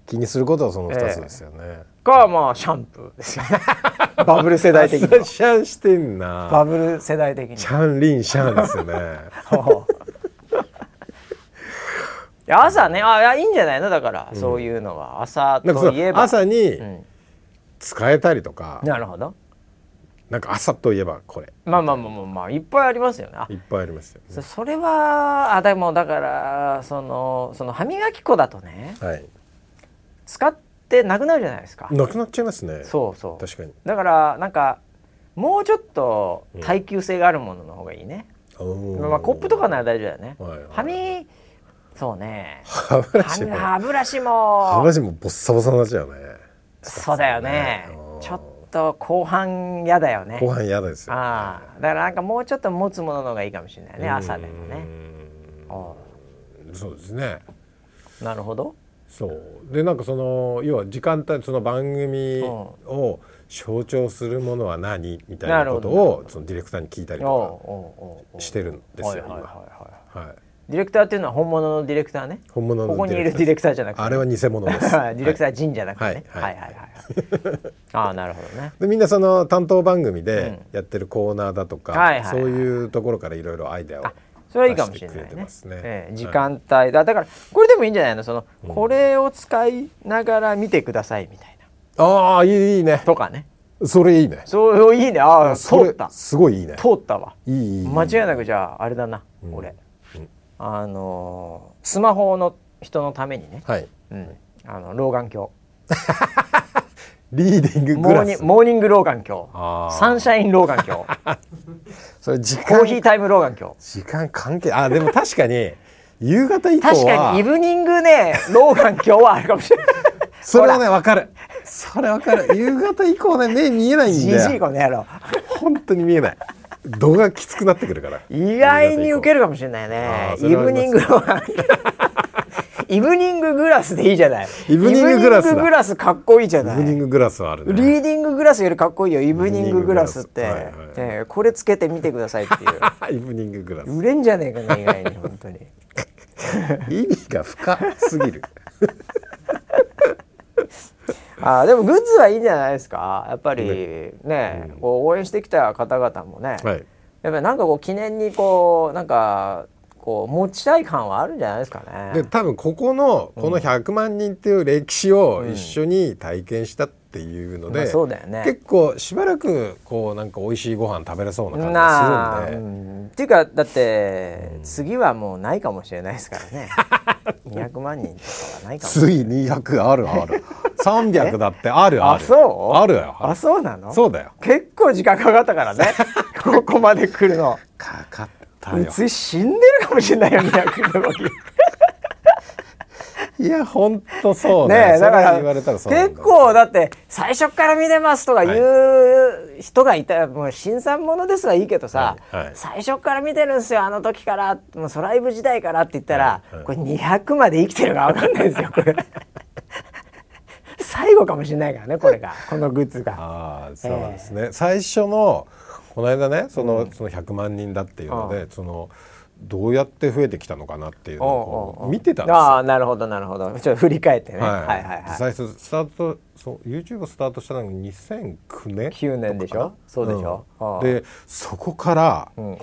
Speaker 2: 気にすることはその2つですよね、
Speaker 1: かまあシャンプーですよね バブル世代的には
Speaker 2: シャンしてん な
Speaker 1: バブル世代的に
Speaker 2: シャンリンシャンですよ ね
Speaker 1: はいや朝ねあいやいいんじゃないのだから、そういうのは朝
Speaker 2: なんかそ
Speaker 1: といえ
Speaker 2: の
Speaker 1: ば
Speaker 2: 朝に
Speaker 1: うん
Speaker 2: 使えたりとか、
Speaker 1: なるほど
Speaker 2: なんか朝といえばこれ
Speaker 1: まあまあまあまあ、まあ、いっぱいありますよねあ
Speaker 2: いっぱいありますよね
Speaker 1: そそれはあでもだからそのその歯磨き粉だとね
Speaker 2: はい
Speaker 1: 使ってなくなるじゃないですか、
Speaker 2: なくなっちゃいますね
Speaker 1: そうそう
Speaker 2: 確かに
Speaker 1: だからなんかもうちょっと耐久性があるものの方がいいね、ま
Speaker 2: ま
Speaker 1: あコップとかなら大丈夫だよね、
Speaker 2: はいはい
Speaker 1: 歯みそうね
Speaker 2: 歯ブラシ
Speaker 1: 歯み
Speaker 2: も
Speaker 1: 歯ブラシ
Speaker 2: 歯ブ
Speaker 1: も
Speaker 2: ラシもボッサボサになっちゃうね
Speaker 1: そうだよね
Speaker 2: うん
Speaker 1: ちょっと後半嫌だよね
Speaker 2: 後半嫌ですよ
Speaker 1: ああだからなんかもうちょっと持つものの方がいいかもしれないね朝でもね
Speaker 2: う
Speaker 1: お
Speaker 2: んそうですね
Speaker 1: うなるほど
Speaker 2: そうでなんかその要は時間帯その番組を象徴するものは何みたいなこと
Speaker 1: なるほ
Speaker 2: をそのディレクターに聞いた
Speaker 1: お
Speaker 2: り
Speaker 1: う
Speaker 2: と
Speaker 1: おうおうおう
Speaker 2: かしてるんですよ、
Speaker 1: はいはいはい
Speaker 2: 今
Speaker 1: は
Speaker 2: はい
Speaker 1: いディレクターっていうのは本物のディレクターね
Speaker 2: 本物の
Speaker 1: ここにいるディレクターじゃなくて
Speaker 2: あれは偽物です
Speaker 1: ディレクタ
Speaker 2: はい
Speaker 1: ー人じゃなくてねは
Speaker 2: はいい
Speaker 1: は
Speaker 2: はいい
Speaker 1: はいはいああなるほどね
Speaker 2: でみんなその担当番組でやってるコーナーだとか、
Speaker 1: はいはいはい
Speaker 2: そういうところからいろいろアイデアを
Speaker 1: あそれはいいかもしれない
Speaker 2: 出してくれて
Speaker 1: ね
Speaker 2: ますね
Speaker 1: ええ
Speaker 2: はい
Speaker 1: 時間帯だだからこれでもいいんじゃないのその、これを使いながら見てくださいみたいな
Speaker 2: ああいいいいね
Speaker 1: とかね
Speaker 2: それいいね
Speaker 1: そういいねああ通
Speaker 2: それ
Speaker 1: った
Speaker 2: すごいいいね
Speaker 1: 通ったわ
Speaker 2: いいいい
Speaker 1: 間違いなくじゃああれだな、俺、あのースマホの人のためにね、
Speaker 2: はい
Speaker 1: うん、あの老眼鏡
Speaker 2: リーディング
Speaker 1: モ
Speaker 2: グ
Speaker 1: ー
Speaker 2: ラ
Speaker 1: ニ
Speaker 2: ス
Speaker 1: ンモーニング老眼鏡
Speaker 2: あー
Speaker 1: サンシャイン老眼 鏡
Speaker 2: それ時間
Speaker 1: コーヒータイム老眼鏡
Speaker 2: 時間関係あでも確かに夕方以降は
Speaker 1: 確かにイブニングね老眼鏡はあるかもしれない
Speaker 2: それはねわかるそれわ かる夕方以降ね目見えないん
Speaker 1: じ
Speaker 2: だ
Speaker 1: じい
Speaker 2: よ
Speaker 1: この野郎
Speaker 2: 本当に見えない度がきつくなってくるから
Speaker 1: 意外に受け
Speaker 2: る
Speaker 1: るかもしれない
Speaker 2: あ
Speaker 1: ね
Speaker 2: ーそ
Speaker 1: イ
Speaker 2: れはあ
Speaker 1: ブ
Speaker 2: ります
Speaker 1: ニング老眼 鏡イブニンググラスでいいじゃない
Speaker 2: イブニンググラスだ
Speaker 1: イブニンググラスかっこいいじゃ
Speaker 2: イ
Speaker 1: ない
Speaker 2: ブニンググラスはあるね
Speaker 1: リーディンググラスよりかっこいいよイブニンググラスって
Speaker 2: イブニンググラスはい
Speaker 1: ええこれつけてみてくださいってい
Speaker 2: イブニンググラス
Speaker 1: う売れんじゃねえかな意外に本当に
Speaker 2: 意味が深す ぎる
Speaker 1: あーでもグッズはいいんじゃないですかやっぱりね、こう応援してきた方々もね、
Speaker 2: はい
Speaker 1: やっぱりなんかこう記念にこうなんかこう持ちたい感はあるんじゃないですか
Speaker 2: で
Speaker 1: ね。
Speaker 2: 多分ここのこの100万人っていう歴史を一緒に体験したっていうので、
Speaker 1: まあそうだよね
Speaker 2: 結構しばらくこうなんか美味しいご飯食べれそうな感じ
Speaker 1: な
Speaker 2: が
Speaker 1: あ、
Speaker 2: するんで、
Speaker 1: うんっていうかだって、次はもうないかもしれないですからね 200万人とかはないかも
Speaker 2: つい200ある ある300だってあるあ
Speaker 1: あ
Speaker 2: る
Speaker 1: そう
Speaker 2: あるよ
Speaker 1: あそうなの
Speaker 2: そうだよ
Speaker 1: 結構時間かかったから ねここまで来るの
Speaker 2: かかった
Speaker 1: うち死んでるかもしれないよ200の時
Speaker 2: いやほんとそうね
Speaker 1: ねえ
Speaker 2: そ
Speaker 1: だ
Speaker 2: れ
Speaker 1: から
Speaker 2: 言われたらそうなん
Speaker 1: 結
Speaker 2: だ
Speaker 1: 構だって最初から見れますとかいう人がいたらもう新参者ですはいいけどさ、
Speaker 2: はいはい
Speaker 1: 最初から見てるんですよあの時からもうソライブ時代からって言ったら、
Speaker 2: はいはい
Speaker 1: これ200まで生きてるか分かんないですよこれ 最後かもしれないからねこ れがこのグッズが。
Speaker 2: ああそうなんですね、最初のこの間ねその,、その100万人だっていうので、そのどうやって増えてきたのかなっていうのをこう
Speaker 1: おうおうおう
Speaker 2: 見てたんですよ
Speaker 1: ああなるほどなるほどちょっと振り返ってね、はい、はいはい
Speaker 2: 最初スタートそう YouTube スタートしたのが2009年
Speaker 1: 9年でしょそうでしょ、
Speaker 2: うん
Speaker 1: ああ
Speaker 2: でそこから、
Speaker 1: ん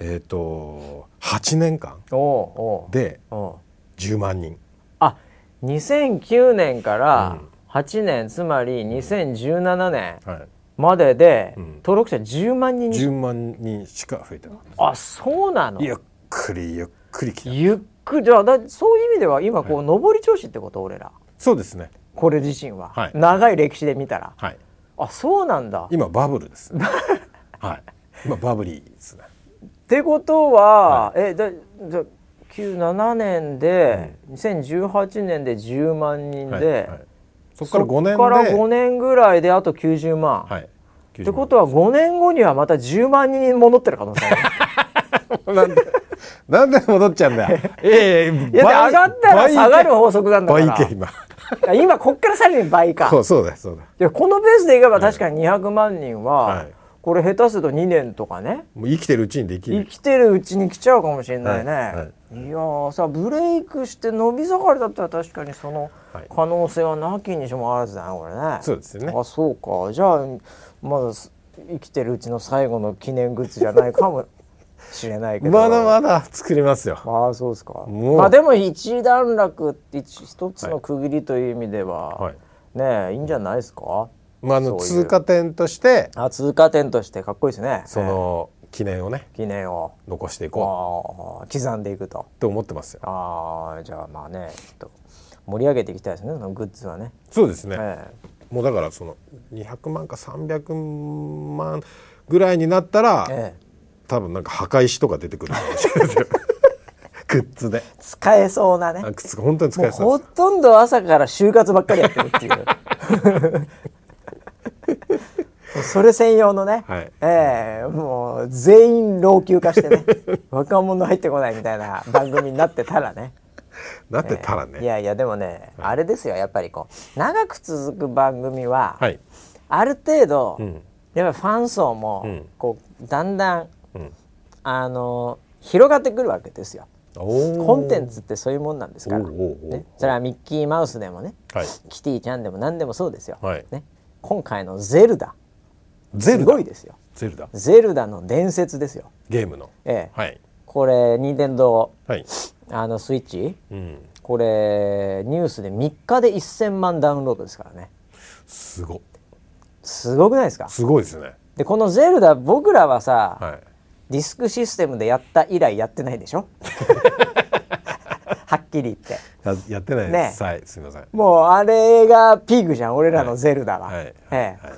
Speaker 2: えっ、と8年間
Speaker 1: おうおう
Speaker 2: で
Speaker 1: おう
Speaker 2: 10万人
Speaker 1: あ2009年から8年、つまり2017年
Speaker 2: はい
Speaker 1: までで、
Speaker 2: ん
Speaker 1: 登録者10万人に
Speaker 2: 10万人しか増えてなかっ
Speaker 1: あそうなの
Speaker 2: たゆっくりゆっくり来た
Speaker 1: ゆっくりじゃあだそういう意味では今こう上り調子ってこと俺ら
Speaker 2: そうですね
Speaker 1: これ自身は、
Speaker 2: はい
Speaker 1: 長い歴史で見たら
Speaker 2: はい
Speaker 1: あそうなんだ
Speaker 2: 今バブ ルですねはい今バブリーですね
Speaker 1: ってことは、えだだ97年で、2018年で10万人で、
Speaker 2: はいはいそこから5年で
Speaker 1: そっから5年ぐらいであと90万、
Speaker 2: はいっ
Speaker 1: ってことは5年後にはまた10万人に戻ってる可能性 ある
Speaker 2: なんでなんで戻っちゃうんだ よええ
Speaker 1: いやだって上がったら下がる法則なんだか
Speaker 2: 倍いけ
Speaker 1: ら
Speaker 2: 今
Speaker 1: 今こっからさらに倍か
Speaker 2: そうそうだよそうだよ
Speaker 1: いやこのペースでいけば確かに200万人は、
Speaker 2: はい
Speaker 1: これ下手すると2年とかね
Speaker 2: もう生きてるうちにでき
Speaker 1: 生
Speaker 2: る
Speaker 1: きてるうちに来ちゃうかもしれないね、
Speaker 2: はい
Speaker 1: い
Speaker 2: は
Speaker 1: やーさブレイクして伸び盛りだったら確かにその
Speaker 2: はい
Speaker 1: 可能性はなきにしもあらずだなこれね
Speaker 2: そうですよね
Speaker 1: あそうかじゃあまだす生きてるうちの最後の記念グッズじゃないかもしれないけど
Speaker 2: まだまだ作りますよ
Speaker 1: ああそうですか
Speaker 2: もう
Speaker 1: まあでも一段落って一一つの区切りという意味では、
Speaker 2: はい
Speaker 1: ねえいいんじゃないですか
Speaker 2: まああの
Speaker 1: そういう
Speaker 2: 通過点として
Speaker 1: あ通過点としてかっこいいですね
Speaker 2: その記念をね
Speaker 1: 記念を
Speaker 2: 残していこ
Speaker 1: ああ刻んでいくと
Speaker 2: うと思ってますよ
Speaker 1: ああじゃあまあねちょっと盛り上げていきたいですねそのグッズはね、
Speaker 2: そうですね
Speaker 1: え
Speaker 2: もうだからその200万か300万ぐらいになったら、
Speaker 1: えええ
Speaker 2: 多分なんか墓石とか出てくるかもしれないですよ グッズで
Speaker 1: 使えそうなね
Speaker 2: あ靴本当に使
Speaker 1: もう
Speaker 2: えそう
Speaker 1: ほ
Speaker 2: で
Speaker 1: とんど朝から就活ばっかりやってるっていうも うそれ専用のね、
Speaker 2: はい
Speaker 1: ええもう 全員老朽化してね若者入ってこないみたいな番組になってたらね
Speaker 2: なってたらね
Speaker 1: いやいやでもね、あれですよやっぱりこう長く続く番組は、
Speaker 2: はい
Speaker 1: ある程度、
Speaker 2: うん
Speaker 1: やっぱりファン層も、
Speaker 2: うん
Speaker 1: こうだんだん、
Speaker 2: うん
Speaker 1: あの広がってくるわけですよ。コ
Speaker 2: コ
Speaker 1: ンテンツってそういうもんなんですから、
Speaker 2: おうおうおう
Speaker 1: ね、それはミッキーマウスでもね
Speaker 2: はい
Speaker 1: キティちゃんでも何でもそうですよ。
Speaker 2: はい
Speaker 1: ね、今回の「ゼルダ」
Speaker 2: ゼル
Speaker 1: す
Speaker 2: ダ
Speaker 1: ごいですよ。
Speaker 2: ゼルダ
Speaker 1: ゼルダの伝説ですよ。
Speaker 2: ゲームの
Speaker 1: ええ
Speaker 2: はい
Speaker 1: これ任天堂
Speaker 2: はい
Speaker 1: あのスイッチ
Speaker 2: うん
Speaker 1: これニュースで3日で1,000万ダウンロードですからね
Speaker 2: すご
Speaker 1: すごくないですか
Speaker 2: すごいですね
Speaker 1: でこの「ゼルダ」僕らはさ、
Speaker 2: はい
Speaker 1: ディスクシステムでやった以来やってないでしょ はっきり言って
Speaker 2: ややってない
Speaker 1: ね
Speaker 2: ですはいすみません
Speaker 1: もうあれがピークじゃん俺らの「ゼルダは」
Speaker 2: はい
Speaker 1: ええ
Speaker 2: はい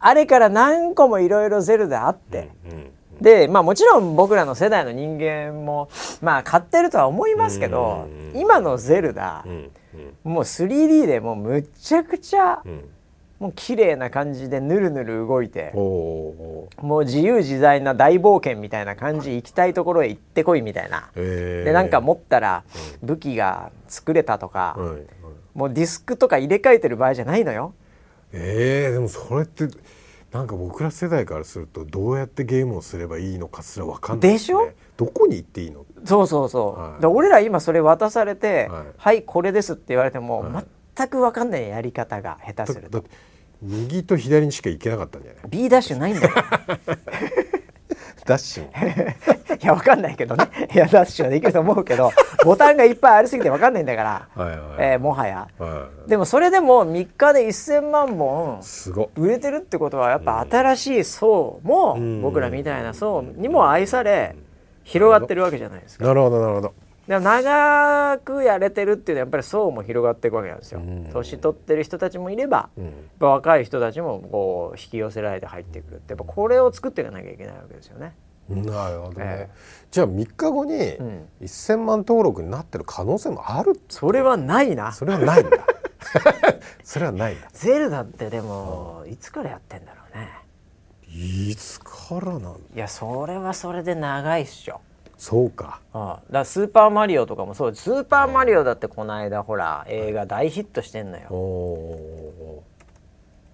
Speaker 1: あれから何個もいろいろ「ゼルダ」あって、
Speaker 2: うん
Speaker 1: でまあもちろん僕らの世代の人間もまあ買ってるとは思いますけど今の「ゼルダ
Speaker 2: う」んうん
Speaker 1: もう 3D でもうむちゃくちゃ
Speaker 2: うん
Speaker 1: もう綺麗な感じでぬるぬる動いて
Speaker 2: おうおうおう
Speaker 1: もう自由自在な大冒険みたいな感じ行きたいところへ行ってこいみたいな。
Speaker 2: ええ
Speaker 1: でなんか持ったら武器が作れたとか、
Speaker 2: はいはい
Speaker 1: もうディスクとか入れ替えてる場合じゃないのよ。
Speaker 2: ええでもそれってなんか僕ら世代からするとどうやってゲームをすればいいのかすらわかんないすね
Speaker 1: でしょ
Speaker 2: どこに行っていいの
Speaker 1: そうそうそう。
Speaker 2: はい
Speaker 1: で俺ら今それ渡されて「は
Speaker 2: はいい、
Speaker 1: これです」って言われても、
Speaker 2: はい
Speaker 1: 全く分かんないやり方が下手
Speaker 2: だ
Speaker 1: する
Speaker 2: だっ
Speaker 1: と。
Speaker 2: て右と左にしか行けなかったんじゃない
Speaker 1: B ダッシュないんだよ。
Speaker 2: ダッシュ
Speaker 1: いや分かんないけどね。 いやダッシュはできると思うけ どボタンがいっぱいありすぎて分かんないんだから、
Speaker 2: はいはい
Speaker 1: えーもはや。
Speaker 2: はい
Speaker 1: でもそれでも3日で1,000万本
Speaker 2: すごっ
Speaker 1: 売れてるってことはやっぱ新しい層も、
Speaker 2: ん
Speaker 1: 僕らみたいな層にも愛され、広がってるわけじゃないですか。
Speaker 2: なるほどなるほど
Speaker 1: でも長くやれてるっていうのはやっぱり層も広がっていくわけなんですよ。年取ってる人たちもいれば、やっぱ若い人たちもこう引き寄せられて入ってくるってやっぱこれを作っていかなきゃいけないわけですよね。
Speaker 2: なるほどね、
Speaker 1: え
Speaker 2: じゃあ3日後に
Speaker 1: ん
Speaker 2: 1000万登録になってる可能性もある
Speaker 1: それはないな。
Speaker 2: それはない んだそれはないんだ
Speaker 1: ゼルダってでもいつからやってんだろうね。
Speaker 2: いつからなんだ
Speaker 1: いやそれはそれで長いっしょ。
Speaker 2: そうか
Speaker 1: ああだからスーパーマリオとかもそうスーパーマリオだってこの間ほら映画大ヒットしてんのよ、
Speaker 2: おーお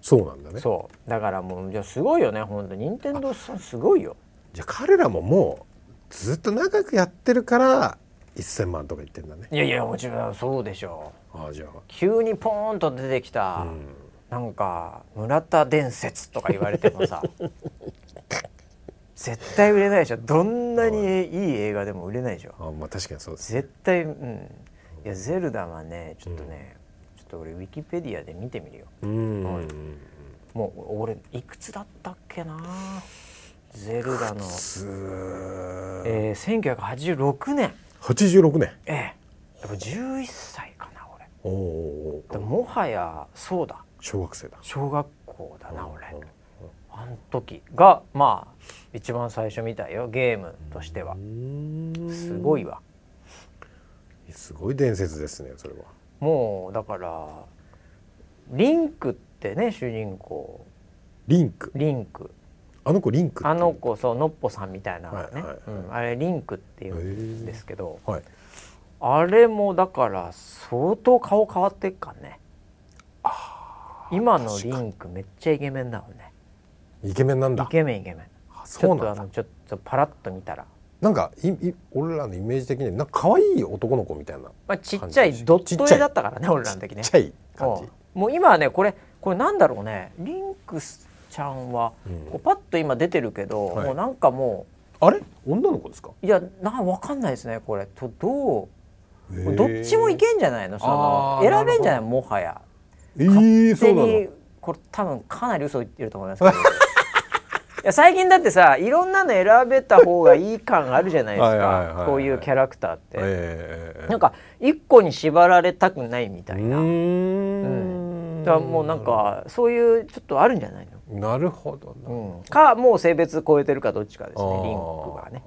Speaker 2: ーそうなんだね
Speaker 1: そうだからもうじゃあすごいよねほんと任天堂さんすごいよ
Speaker 2: じゃあ彼らももうずっと長くやってるから1000万とか言ってんだね
Speaker 1: いやいやもちろんそうでしょう
Speaker 2: ああじゃあ
Speaker 1: 急にポーンと出てきた、なんか「村田伝説」とか言われても さ絶対売れないでしょどんなにいい映画でも売れないでしょ
Speaker 2: あーまあ確かにそうです
Speaker 1: 絶対うんいやゼルダはねちょっとね、ちょっと俺ウィキペディアで見てみるよ
Speaker 2: うん、
Speaker 1: もう俺いくつだったっけなゼルダの、
Speaker 2: すー
Speaker 1: えー、1986年
Speaker 2: 86年
Speaker 1: ええやっぱ11歳かな俺
Speaker 2: おーおー
Speaker 1: で
Speaker 2: おー
Speaker 1: もはやそうだ
Speaker 2: 小学生だ
Speaker 1: 小学校だな俺あの時がまあ一番最初みたいよゲームとしてはすごいわ
Speaker 2: すごい伝説ですねそれは
Speaker 1: もうだからリンクってね主人公
Speaker 2: リンク
Speaker 1: リンク
Speaker 2: あの子リンクっていう
Speaker 1: あの子そうノッポさんみたいなね、
Speaker 2: はいはい
Speaker 1: うん、あれリンクっていうんですけど、
Speaker 2: はい
Speaker 1: あれもだから相当顔変わってっかね今のリンクめっちゃイケメンだもんね
Speaker 2: イケメンなん
Speaker 1: イ
Speaker 2: だ
Speaker 1: ケメンイケメン
Speaker 2: あ
Speaker 1: ち
Speaker 2: そ
Speaker 1: ょ
Speaker 2: う
Speaker 1: っと
Speaker 2: な
Speaker 1: あ
Speaker 2: んだ
Speaker 1: のちょっとパラッと見たら、
Speaker 2: なんかいい俺らのイメージ的になんか可愛い男の子みたいな
Speaker 1: まあ、ちっちゃい
Speaker 2: 感じ
Speaker 1: ドット
Speaker 2: ちっちゃ
Speaker 1: 絵
Speaker 2: い
Speaker 1: だったからね俺らの時ね
Speaker 2: ちっちゃい感
Speaker 1: う
Speaker 2: じ
Speaker 1: んもう今はねこれこれなんだろうねリンクスちゃんは、
Speaker 2: うん
Speaker 1: こうパッと今出てるけど、
Speaker 2: はい
Speaker 1: もうなんかも
Speaker 2: あれ女の子ですか
Speaker 1: ういやなわかんないですねこれとどう
Speaker 2: へえ
Speaker 1: どっちもいけんじゃないのその
Speaker 2: あー
Speaker 1: 選べんじゃないもはや
Speaker 2: えー、そ
Speaker 1: 勝
Speaker 2: うなの
Speaker 1: 手にこれ多分かなり嘘言ってると思いますけど いや最近だってさいろんなの選べた方がいい感あるじゃないです
Speaker 2: はいはいはいは
Speaker 1: か
Speaker 2: い
Speaker 1: こういうキャラクターって、
Speaker 2: ええ
Speaker 1: なんか一個に縛られたくないみた
Speaker 2: う
Speaker 1: いな、
Speaker 2: ーん
Speaker 1: だからもうなんかそういうちょっとあるんじゃない
Speaker 2: なるほどな、
Speaker 1: の、うん、かもう性別超えてるかどっちかです
Speaker 2: あ
Speaker 1: ね
Speaker 2: ー
Speaker 1: リンクがね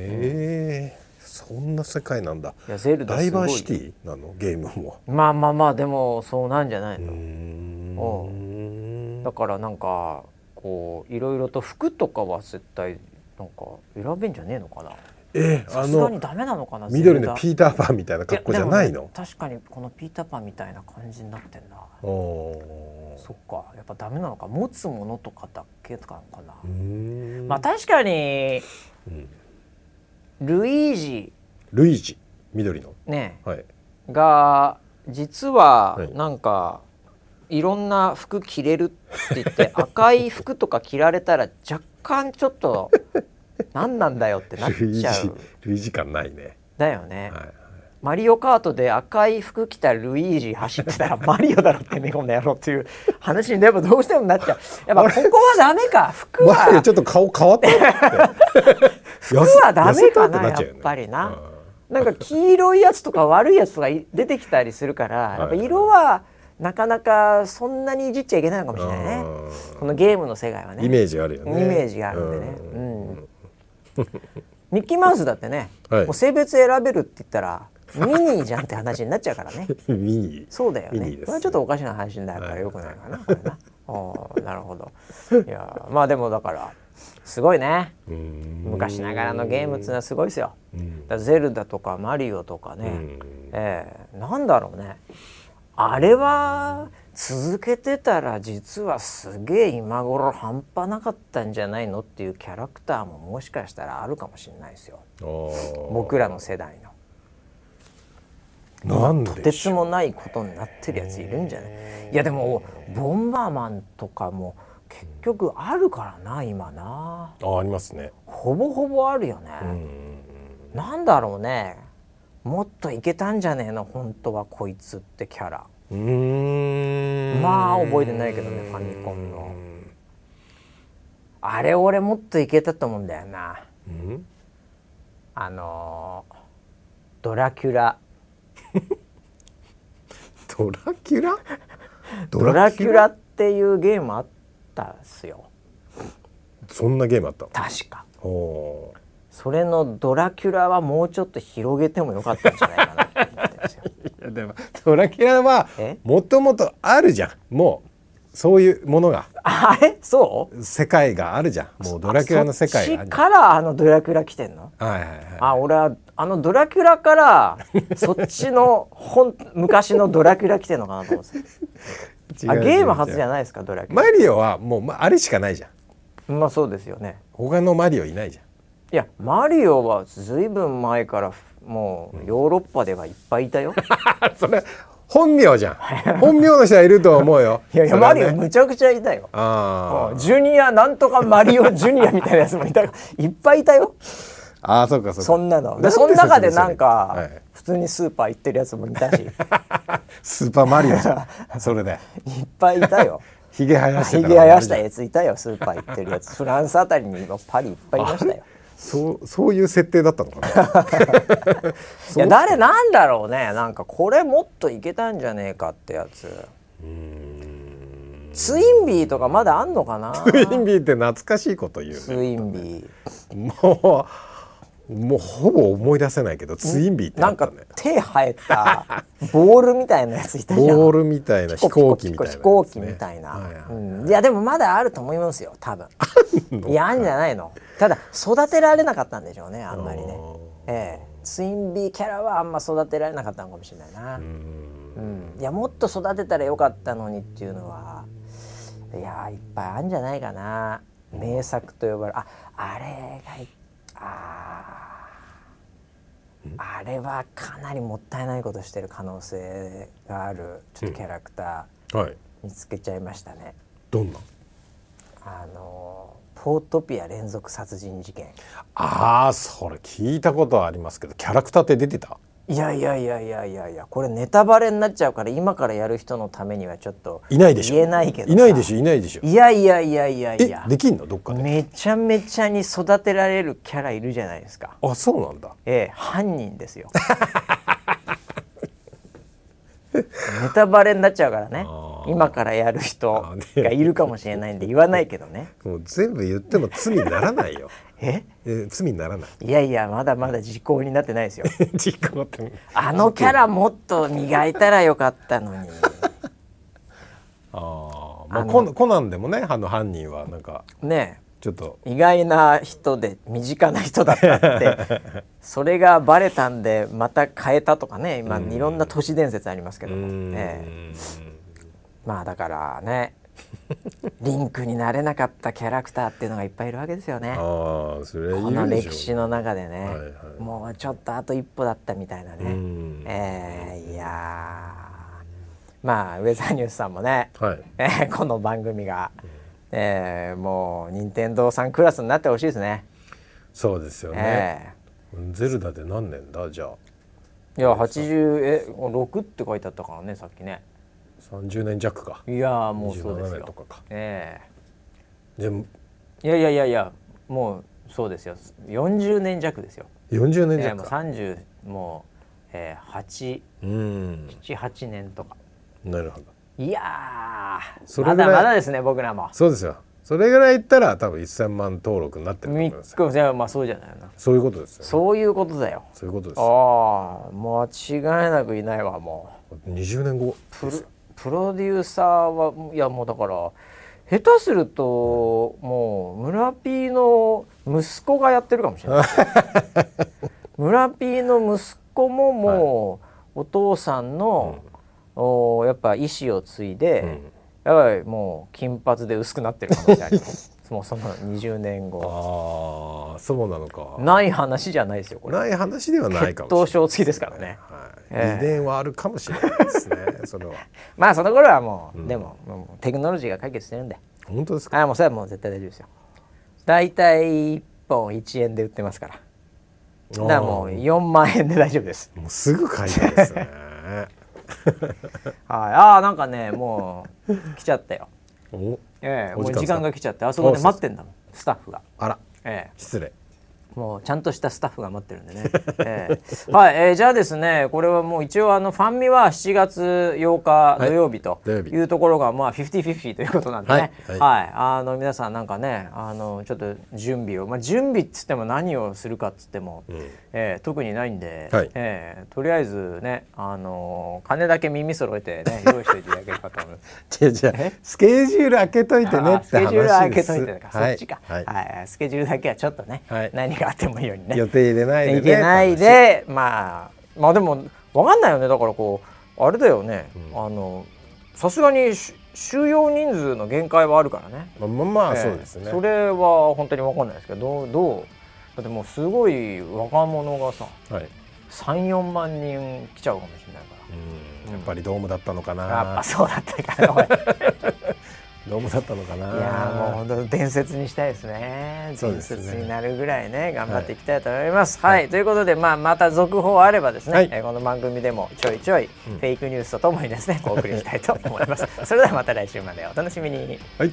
Speaker 2: ええそんな世界なんだ
Speaker 1: いやゼルダ
Speaker 2: ダ
Speaker 1: すご
Speaker 2: イ
Speaker 1: い
Speaker 2: バーシティなのゲームも
Speaker 1: まあまあまあでもそうなんじゃないの、
Speaker 2: うーん
Speaker 1: だからなんかこういろいろと服とかは絶対なんか選べんじゃねえのかな。
Speaker 2: えあ
Speaker 1: さすがに
Speaker 2: の
Speaker 1: ダメなのかなゼル
Speaker 2: 緑の
Speaker 1: ダ
Speaker 2: ピーターパンみたいな格好じゃない
Speaker 1: やで
Speaker 2: の
Speaker 1: も確かにこのピーターパンみたいな感じになってんな
Speaker 2: おー
Speaker 1: そっかやっぱダメなのか持つものとかだけとかなのか
Speaker 2: う
Speaker 1: な、
Speaker 2: ーん
Speaker 1: まあ確かに
Speaker 2: うん
Speaker 1: ルイージ
Speaker 2: ルイージ緑の
Speaker 1: ね
Speaker 2: はい
Speaker 1: が実は
Speaker 2: はい
Speaker 1: なんか、いろんな服着れるって言って 赤い服とか着られたら若干ちょっと 何なんだよってなっ
Speaker 2: ルイ
Speaker 1: ちゃ
Speaker 2: ージ
Speaker 1: う
Speaker 2: ルイージ感ないね
Speaker 1: だよね、
Speaker 2: はい
Speaker 1: マリオカートで赤い服着たルイージ走ってたら マリオだろってねこの野郎っていう話にでもどうしてもなっちゃうやっぱここはダメか服
Speaker 2: マリオ
Speaker 1: は
Speaker 2: ちょっと顔変わったって服
Speaker 1: 服はダメかなやっぱりな、なんか黄色いやつとか悪いやつとかい出てきたりするから、
Speaker 2: い
Speaker 1: やっぱ色はなかなかそんなにいじっちゃいけないのかもしれないね。このゲームの世界はね。
Speaker 2: イメージあるよ
Speaker 1: イ
Speaker 2: ね
Speaker 1: メージがあるんでね。
Speaker 2: う
Speaker 1: うん。ミッキーマウスだってね、
Speaker 2: はい
Speaker 1: もう性別選べるって言ったらミニーじゃんって話になっちゃうからね。
Speaker 2: ミニ
Speaker 1: そうだよ
Speaker 2: ミニ
Speaker 1: ね
Speaker 2: で。
Speaker 1: こ
Speaker 2: す
Speaker 1: れはちょっとおかしな配信だからよくないかな。これな。おーなるほど。いやーまあでもだからすごいね。
Speaker 2: うーん
Speaker 1: 昔ながらのゲームっていうのはすごいですよ。
Speaker 2: うん
Speaker 1: だからゼルダとかマリオとかね、
Speaker 2: ん
Speaker 1: ええなんだろうねあれは続けてたら実はすげえ今頃半端なかったんじゃないのっていうキャラクターももしかしたらあるかもしれないですよ
Speaker 2: あー
Speaker 1: 僕らの世代の。
Speaker 2: なん
Speaker 1: と
Speaker 2: で
Speaker 1: て
Speaker 2: し
Speaker 1: つ
Speaker 2: ょう
Speaker 1: もないことになってるやついるんじゃないいやでもボンバーマンとかも結局あるからな今な
Speaker 2: あありますね
Speaker 1: ほぼほぼあるよね。
Speaker 2: うん
Speaker 1: なんだろうねもっといけたんじゃねえの本当はこいつってキャラ
Speaker 2: うーん
Speaker 1: まあ覚えてないけどねファミコンのあれ俺もっといけたと思うんだよな
Speaker 2: うん
Speaker 1: あのードラキュラ
Speaker 2: ドラキュラド
Speaker 1: ドラキュラっていうゲームあったっすよ
Speaker 2: そんなゲームあった
Speaker 1: 確か
Speaker 2: のお
Speaker 1: それのドラキュラはもうちょっと広げてもよかったんじゃないかなって思ってるんですよ
Speaker 2: いやでもドラキュラは
Speaker 1: え
Speaker 2: もともとあるじゃんもうそういうものが
Speaker 1: あれそう
Speaker 2: 世界があるじゃんもうドラキュラの世界
Speaker 1: そ
Speaker 2: があ
Speaker 1: っち
Speaker 2: るじゃ
Speaker 1: か
Speaker 2: ん
Speaker 1: らあのドラキュラ来てんの
Speaker 2: はいはいはい
Speaker 1: あ俺はあのドラキュラから そっちの本昔のドラキュラ来てんのかなと思って
Speaker 2: 違う
Speaker 1: たあ
Speaker 2: 違う
Speaker 1: ゲーム初じ
Speaker 2: 違う
Speaker 1: ゃないですかドラキュラ、
Speaker 2: マリオはもうまあれしかないじゃん
Speaker 1: まあそうですよね
Speaker 2: 他のマリオいないじゃん
Speaker 1: いやマリオはずいぶん前からもうヨーロッパではいっぱいいたよ
Speaker 2: あそれ本名じゃ ん本名の人はいると思うよ
Speaker 1: いやいや
Speaker 2: それは
Speaker 1: マ
Speaker 2: ね
Speaker 1: リオむちゃくちゃいたよ
Speaker 2: あー
Speaker 1: ジュニアなんとかマリオジュニアみたいなやつもいたからいっぱいいたよ
Speaker 2: あーそうかそうか
Speaker 1: そんなの
Speaker 2: な
Speaker 1: で
Speaker 2: んて
Speaker 1: その中でなん
Speaker 2: 説明
Speaker 1: か
Speaker 2: する
Speaker 1: 普通にスーパー行ってるやつもいたしいっ
Speaker 2: はいスーパーマリオじゃ んそれで
Speaker 1: ぱいいた よ
Speaker 2: ひげ生やして
Speaker 1: ひ
Speaker 2: た
Speaker 1: げ生やしたやついたよスーパー行ってるやつフランスあたりに今パリいっぱいいましたよ
Speaker 2: そうそういう設定だったのかな
Speaker 1: いや誰なんだろうねなんかこれもっといけたんじゃねえかってやつツインビーとかまだあんのか な
Speaker 2: ツインビーって懐かしいこと言う
Speaker 1: ツインビー
Speaker 2: ねもうもうほぼ思い出せないけどツインビーってあ
Speaker 1: なん
Speaker 2: った
Speaker 1: か
Speaker 2: ね
Speaker 1: 手生えたボールみたいなやついたじゃん
Speaker 2: ボールみたいな飛行機みたいなやつね、
Speaker 1: 飛行機みたいな、
Speaker 2: はいはい
Speaker 1: うんいやでもまだあると思いますよ多分いやあんじゃないのただ育てられなかったんでしょうねあんまりねええツインビーキャラはあんま育てられなかったのかもしれないなうん、いやもっと育てたらよかったのにっていうのはいやーいっぱいあんじゃないかな名作と呼ばれるああれがいあーあれはかなりもったいないことしてる可能性があるちょっとキャラクタ
Speaker 2: はい
Speaker 1: ー見つけちゃいましたね、
Speaker 2: どんな
Speaker 1: あのーポートピア連続殺人事件
Speaker 2: ああそれ聞いたことはありますけどキャラクターって出てた
Speaker 1: いやいやいやいやいやいやこれネタバレになっちゃうから今からやる人のためにはちょっと
Speaker 2: いないでしょ
Speaker 1: 言えないけどさ
Speaker 2: いないでしょいないでしょ
Speaker 1: いやいやいやいやい
Speaker 2: え
Speaker 1: や
Speaker 2: できんのどっかで
Speaker 1: めちゃめちゃに育てられるキャラいるじゃないですか。
Speaker 2: あそうなんだ
Speaker 1: ええ、犯人です よ。ネタバレになっちゃうからね
Speaker 2: あ。ー
Speaker 1: 今からやる人
Speaker 2: あーね
Speaker 1: がいるかもしれないんで言わないけどね。
Speaker 2: もう全部言っても罪にならないよ
Speaker 1: え
Speaker 2: え罪に ならない
Speaker 1: いやいやまだまだ時効になってないですよ。
Speaker 2: 実行って
Speaker 1: あのキャラもっと磨いたらよかったのに。
Speaker 2: ああまあコナンコナンでもねあの犯人はなんか
Speaker 1: ねえ
Speaker 2: ちょっと
Speaker 1: 意外な人で身近な人だった ってそれがバレたんでまた変えたとかね今いろんな都市伝説ありますけども、ええまあだから ねリンクになれなかったキャラクターっていうのがいっぱいいるわけですよね。
Speaker 2: ああそれいるでしょ
Speaker 1: この歴史の中でね、
Speaker 2: はいはい
Speaker 1: もうちょっとあと一歩だったみたいなね、
Speaker 2: うん
Speaker 1: ええいやーまあウェザーニュースさんもね、
Speaker 2: はい
Speaker 1: えーこの番組が、えーもう任天堂さんクラスになってほしいですね。
Speaker 2: そうですよね、
Speaker 1: え
Speaker 2: ゼルダで何年だじゃあ
Speaker 1: ーいや80え6って書いてあったからねさっきね
Speaker 2: 30年弱か
Speaker 1: いやーもうそうですよ
Speaker 2: 27年とかか
Speaker 1: え
Speaker 2: でも
Speaker 1: えいやいやいやいやもうそうですよ40年弱ですよ、
Speaker 2: 40年
Speaker 1: ええも
Speaker 2: 弱
Speaker 1: う
Speaker 2: か、
Speaker 1: 30もう、えー、
Speaker 2: うん
Speaker 1: 878年とか
Speaker 2: なるほど
Speaker 1: いやー
Speaker 2: そ
Speaker 1: ま
Speaker 2: れぐら
Speaker 1: だ
Speaker 2: い
Speaker 1: まだですね僕らも
Speaker 2: そうですよそれぐらいいったら多分1000万登録になってると思
Speaker 1: み
Speaker 2: い
Speaker 1: っ
Speaker 2: ますよ
Speaker 1: くんいやまあそうじゃないな
Speaker 2: そういうことですよね
Speaker 1: そういうことだよ
Speaker 2: そういうことですよ
Speaker 1: ああ間違いなくいないわもう。
Speaker 2: 20年後
Speaker 1: プロプロデューサーはいやもうだから下手するともう村 P の息子がやってるかもし れない村 P の息子ももうお父さんの、おやっぱ意思を継いで、やっぱりもう金髪で薄くなってる可能性 ありますもうその20年後
Speaker 2: ああそうなのか
Speaker 1: ない話じゃないですよこれ
Speaker 2: ない話ではないかもしれ
Speaker 1: 投
Speaker 2: ない
Speaker 1: 票付きですからね
Speaker 2: は
Speaker 1: え
Speaker 2: い、
Speaker 1: え
Speaker 2: 遺伝はあるかもしれないで すねそれは
Speaker 1: まあその頃はもう、でももうテクノロジーが解決してるんで
Speaker 2: 本当ですか
Speaker 1: あもうそれはもう絶対大丈夫ですよ大体1本1円で売ってますからだからもう
Speaker 2: あ
Speaker 1: 4万円で大丈夫です
Speaker 2: ーもうすぐ書いてですね
Speaker 1: はいああなんかねもう来ちゃったよ
Speaker 2: お
Speaker 1: ええ
Speaker 2: お
Speaker 1: もう
Speaker 2: 時間ですか
Speaker 1: 時間が来ちゃってあそこ
Speaker 2: あ
Speaker 1: で
Speaker 2: そう
Speaker 1: 待
Speaker 2: で
Speaker 1: って
Speaker 2: す
Speaker 1: んだもんスタッフが
Speaker 2: あら
Speaker 1: ええ
Speaker 2: 失礼
Speaker 1: もうちゃんとしたスタッフが待ってるんでね、 ええはい、えーじゃあですねこれはもう一応あのファンミは7月8日
Speaker 2: い
Speaker 1: 土曜日と
Speaker 2: 土曜日
Speaker 1: いうところがまあ50/50ということなんでね、は
Speaker 2: はいい
Speaker 1: あの皆さんなんかねあのちょっと準備を、まあ、準備っつっても何をするかっつっても、えー特にないんで、
Speaker 2: はい
Speaker 1: えーとりあえずね、あのー金だけ耳揃えて ね用意していただければと思います。
Speaker 2: じゃじゃスケジュール開けといてね
Speaker 1: あ
Speaker 2: って話で
Speaker 1: スケ
Speaker 2: す
Speaker 1: ジュール開けといてだから、
Speaker 2: は
Speaker 1: そっちか、
Speaker 2: はい
Speaker 1: はい、スケジュールだけはちょっとね、
Speaker 2: はい
Speaker 1: 何があってもいいようにね
Speaker 2: 予定入れないでね
Speaker 1: いけないでまあまあでもわかんないよねだからこうあれだよね、あのさすがにし収容人数の限界はあるからね
Speaker 2: まあまあまあ、
Speaker 1: ええ
Speaker 2: そうですね
Speaker 1: それは本当にわかんないですけどどうどうだってもうすごい若者がさ
Speaker 2: はい、
Speaker 1: 34万人来ちゃうかもしれないから。
Speaker 2: うんやっぱりドームだったのか
Speaker 1: やっ
Speaker 2: な
Speaker 1: ぱそうだったからおい
Speaker 2: ドームだったのかない
Speaker 1: やーもう本当伝説にしたいですね
Speaker 2: そう
Speaker 1: 伝
Speaker 2: です
Speaker 1: 説
Speaker 2: ね
Speaker 1: になるぐらいね頑張っていきたいと思います。はい、ということで、まあ、また続報あればですね、
Speaker 2: はい
Speaker 1: えーこの番組でもちょいちょいフェイクニュースとともにですね、お送りしたいと思います。それではまた来週までお楽しみに。
Speaker 2: はい